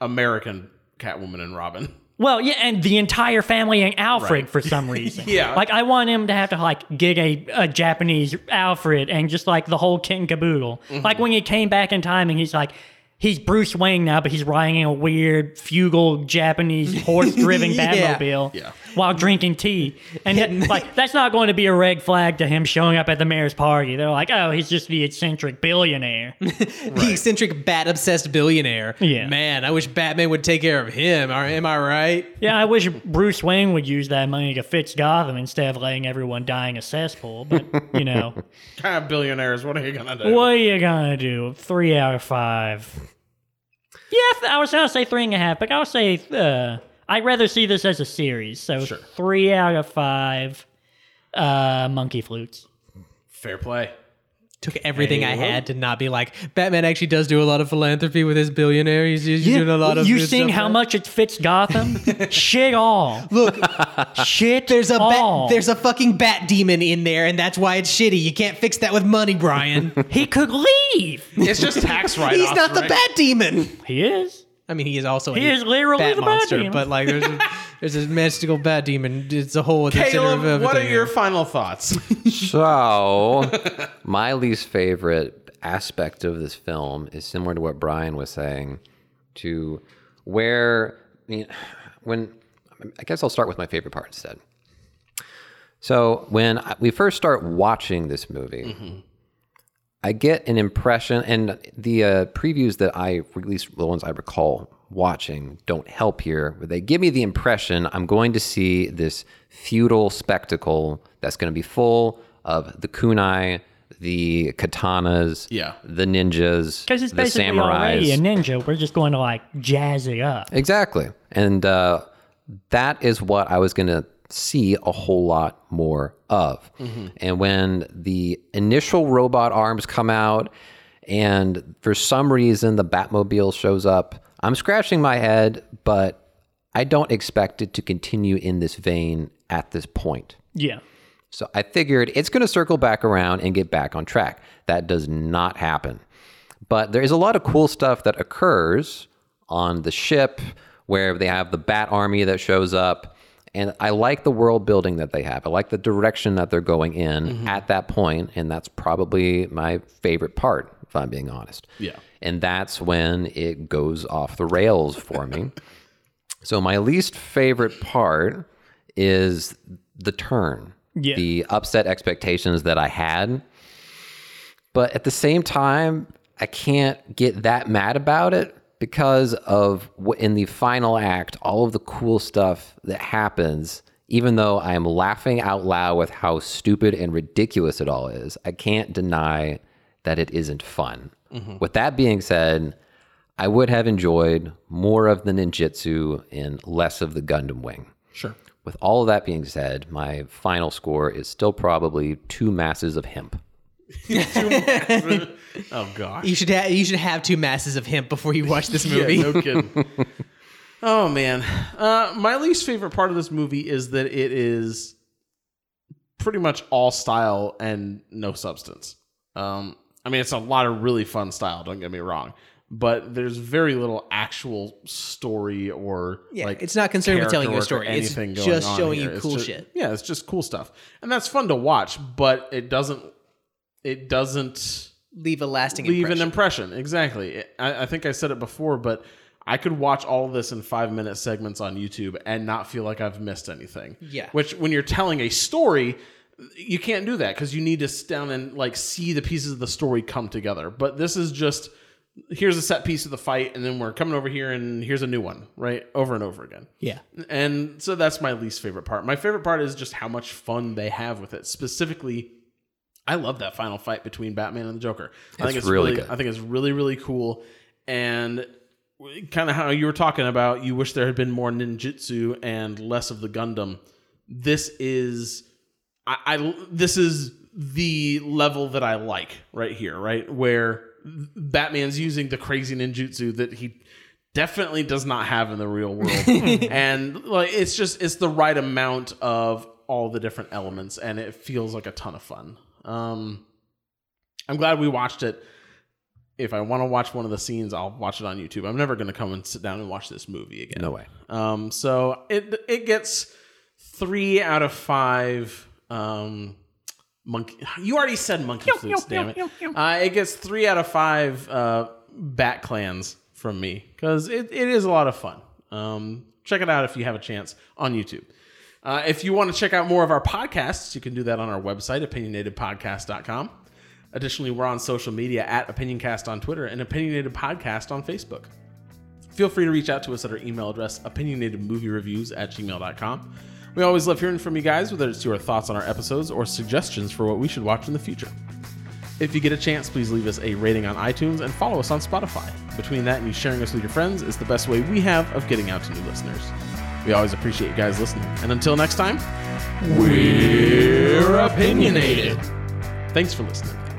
D: American Catwoman and Robin.
B: well, yeah, and the entire family and Alfred
D: Right.
B: for some reason.
D: Yeah.
B: like I want him to have to like get a, a Japanese Alfred and just like the whole kit and caboodle.
D: Mm-hmm.
B: Like when he came back in time and he's like. He's Bruce Wayne now, but he's riding a weird fugal Japanese horse-driven
C: Yeah.
B: Batmobile
D: Yeah.
B: while drinking tea, and that- like that's not going to be a red flag to him showing up at the mayor's party. They're like, "Oh, he's just the eccentric billionaire."
C: The eccentric bat obsessed billionaire.
B: Yeah.
C: man, I wish Batman would take care of him. Are- Am I right?
B: Yeah, I wish Bruce Wayne would use that money to fix Gotham instead of letting everyone die in a cesspool. But you know,
D: Ah, billionaires, what are you gonna do?
B: what are you gonna do? Three out of five. Yeah, th- I was gonna say three and a half, but I'll say uh, I'd rather see this as a series. So three out of five. Uh, monkey flutes.
D: Fair play.
C: Took everything I had to not be like Batman. Actually, does do a lot of philanthropy with his billionaire. He's, he's doing a lot of.
B: you
C: good
B: seeing
C: stuff.
B: how much it fits Gotham? Shit all. Look, shit.
C: There's a
B: all.
C: bat, there's a fucking bat demon in there, and that's why it's shitty. You can't fix that with money, Brian.
B: he could leave.
D: It's just tax write-offs.
C: He's not the
D: right?
C: bat demon.
B: He is.
C: I mean, he is also
B: He
C: a
B: is literally
C: bat
B: the bat
C: monster,
B: demon.
C: but like there's a, there's a mystical bat demon. It's a whole. other center of
D: Caleb, what are
C: everything.
D: your final thoughts?
A: So, my least favorite aspect of this film is similar to what Brian was saying, to where I mean, when I guess I'll start with my favorite part instead. So, when I, we first start watching this movie, I get an impression, and the uh, previews that I, or at least the ones I recall watching, don't help here. But they give me the impression I'm going to see this feudal spectacle that's going to be full of the kunai, the katanas,
D: Yeah.
A: the ninjas,
B: Because it's
A: the
B: basically already
A: samurais.
B: a ninja. We're just going to like jazz it up.
A: Exactly. And uh, that is what I was going to see a whole lot more of. And when the initial robot arms come out, and for some reason the Batmobile shows up, I'm scratching my head, but I don't expect it to continue in this vein at this point.
B: Yeah.
A: So I figured it's going to circle back around and get back on track. That does not happen. But there is a lot of cool stuff that occurs on the ship where they have the bat army that shows up. And I like the world building that they have. I like the direction that they're going in at that point, And that's probably my favorite part, if I'm being honest.
D: Yeah.
A: And that's when it goes off the rails for me. So my least favorite part is the turn,
B: Yeah.
A: the upset expectations that I had. But at the same time, I can't get that mad about it because of what in the final act, all of the cool stuff that happens. Even though I am laughing out loud with how stupid and ridiculous it all is, I can't deny that it isn't fun. With that being said, I would have enjoyed more of the ninjutsu and less of the Gundam Wing.
D: Sure.
A: With all of that being said, my final score is still probably two masses of hemp.
D: oh gosh.
C: You should ha- you should have two masses of hemp before you watch this movie.
D: Yeah, no kidding. oh man, uh, my least favorite part of this movie is that it is pretty much all style and no substance. Um, I mean, it's a lot of really fun style. Don't get me wrong, but there's very little actual story or
C: Yeah,
D: like
C: it's not concerned with telling you a
D: character work or
C: story. It's
D: anything
C: just
D: going on
C: showing you
D: It's
C: cool
D: just-
C: shit.
D: Yeah, it's just cool stuff, and that's fun to watch. But it doesn't. It doesn't
C: Leave a lasting
D: leave
C: impression.
D: an impression. Exactly. I, I think I said it before, but I could watch all of this in five minute segments on YouTube and not feel like I've missed anything.
C: Yeah.
D: Which, when you're telling a story, you can't do that because you need to sit down and like see the pieces of the story come together. But this is just here's a set piece of the fight, and then we're coming over here, and here's a new one, right? Over and over again.
B: Yeah.
D: And so that's my least favorite part. My favorite part is just how much fun they have with it. Specifically, I love that final fight between Batman and the Joker. I think
A: It's
D: it's
A: really
D: really,
A: good.
D: I think it's really really cool and kind of how you were talking about you wish there had been more ninjutsu and less of the Gundam. This is I, I this is the level that I like right here, right? Where Batman's using the crazy ninjutsu that he definitely does not have in the real world. and like it's just it's the right amount of all the different elements and it feels like a ton of fun. Um I'm glad we watched it. If I want to watch one of the scenes, I'll watch it on YouTube. I'm never going to come and sit down and watch this movie again.
A: No way.
D: Um, so it it gets three out of five. Um, monkey, you already said monkey flutes. damn it! Uh, it gets three out of five uh, bat clans from me because it, it is a lot of fun. Um, check it out if you have a chance on YouTube. Uh, if you want to check out more of our podcasts, you can do that on our website, opinionatedpodcast.com. Additionally, we're on social media at OpinionCast on Twitter and Opinionated Podcast on Facebook. Feel free to reach out to us at our email address, opinionatedmoviereviews at gmail.com. We always love hearing from you guys, whether it's your thoughts on our episodes or suggestions for what we should watch in the future. If you get a chance, please leave us a rating on iTunes and follow us on Spotify. Between that and you sharing us with your friends is the best way we have of getting out to new listeners. We always appreciate you guys listening. And until next time, we're opinionated. Thanks for listening.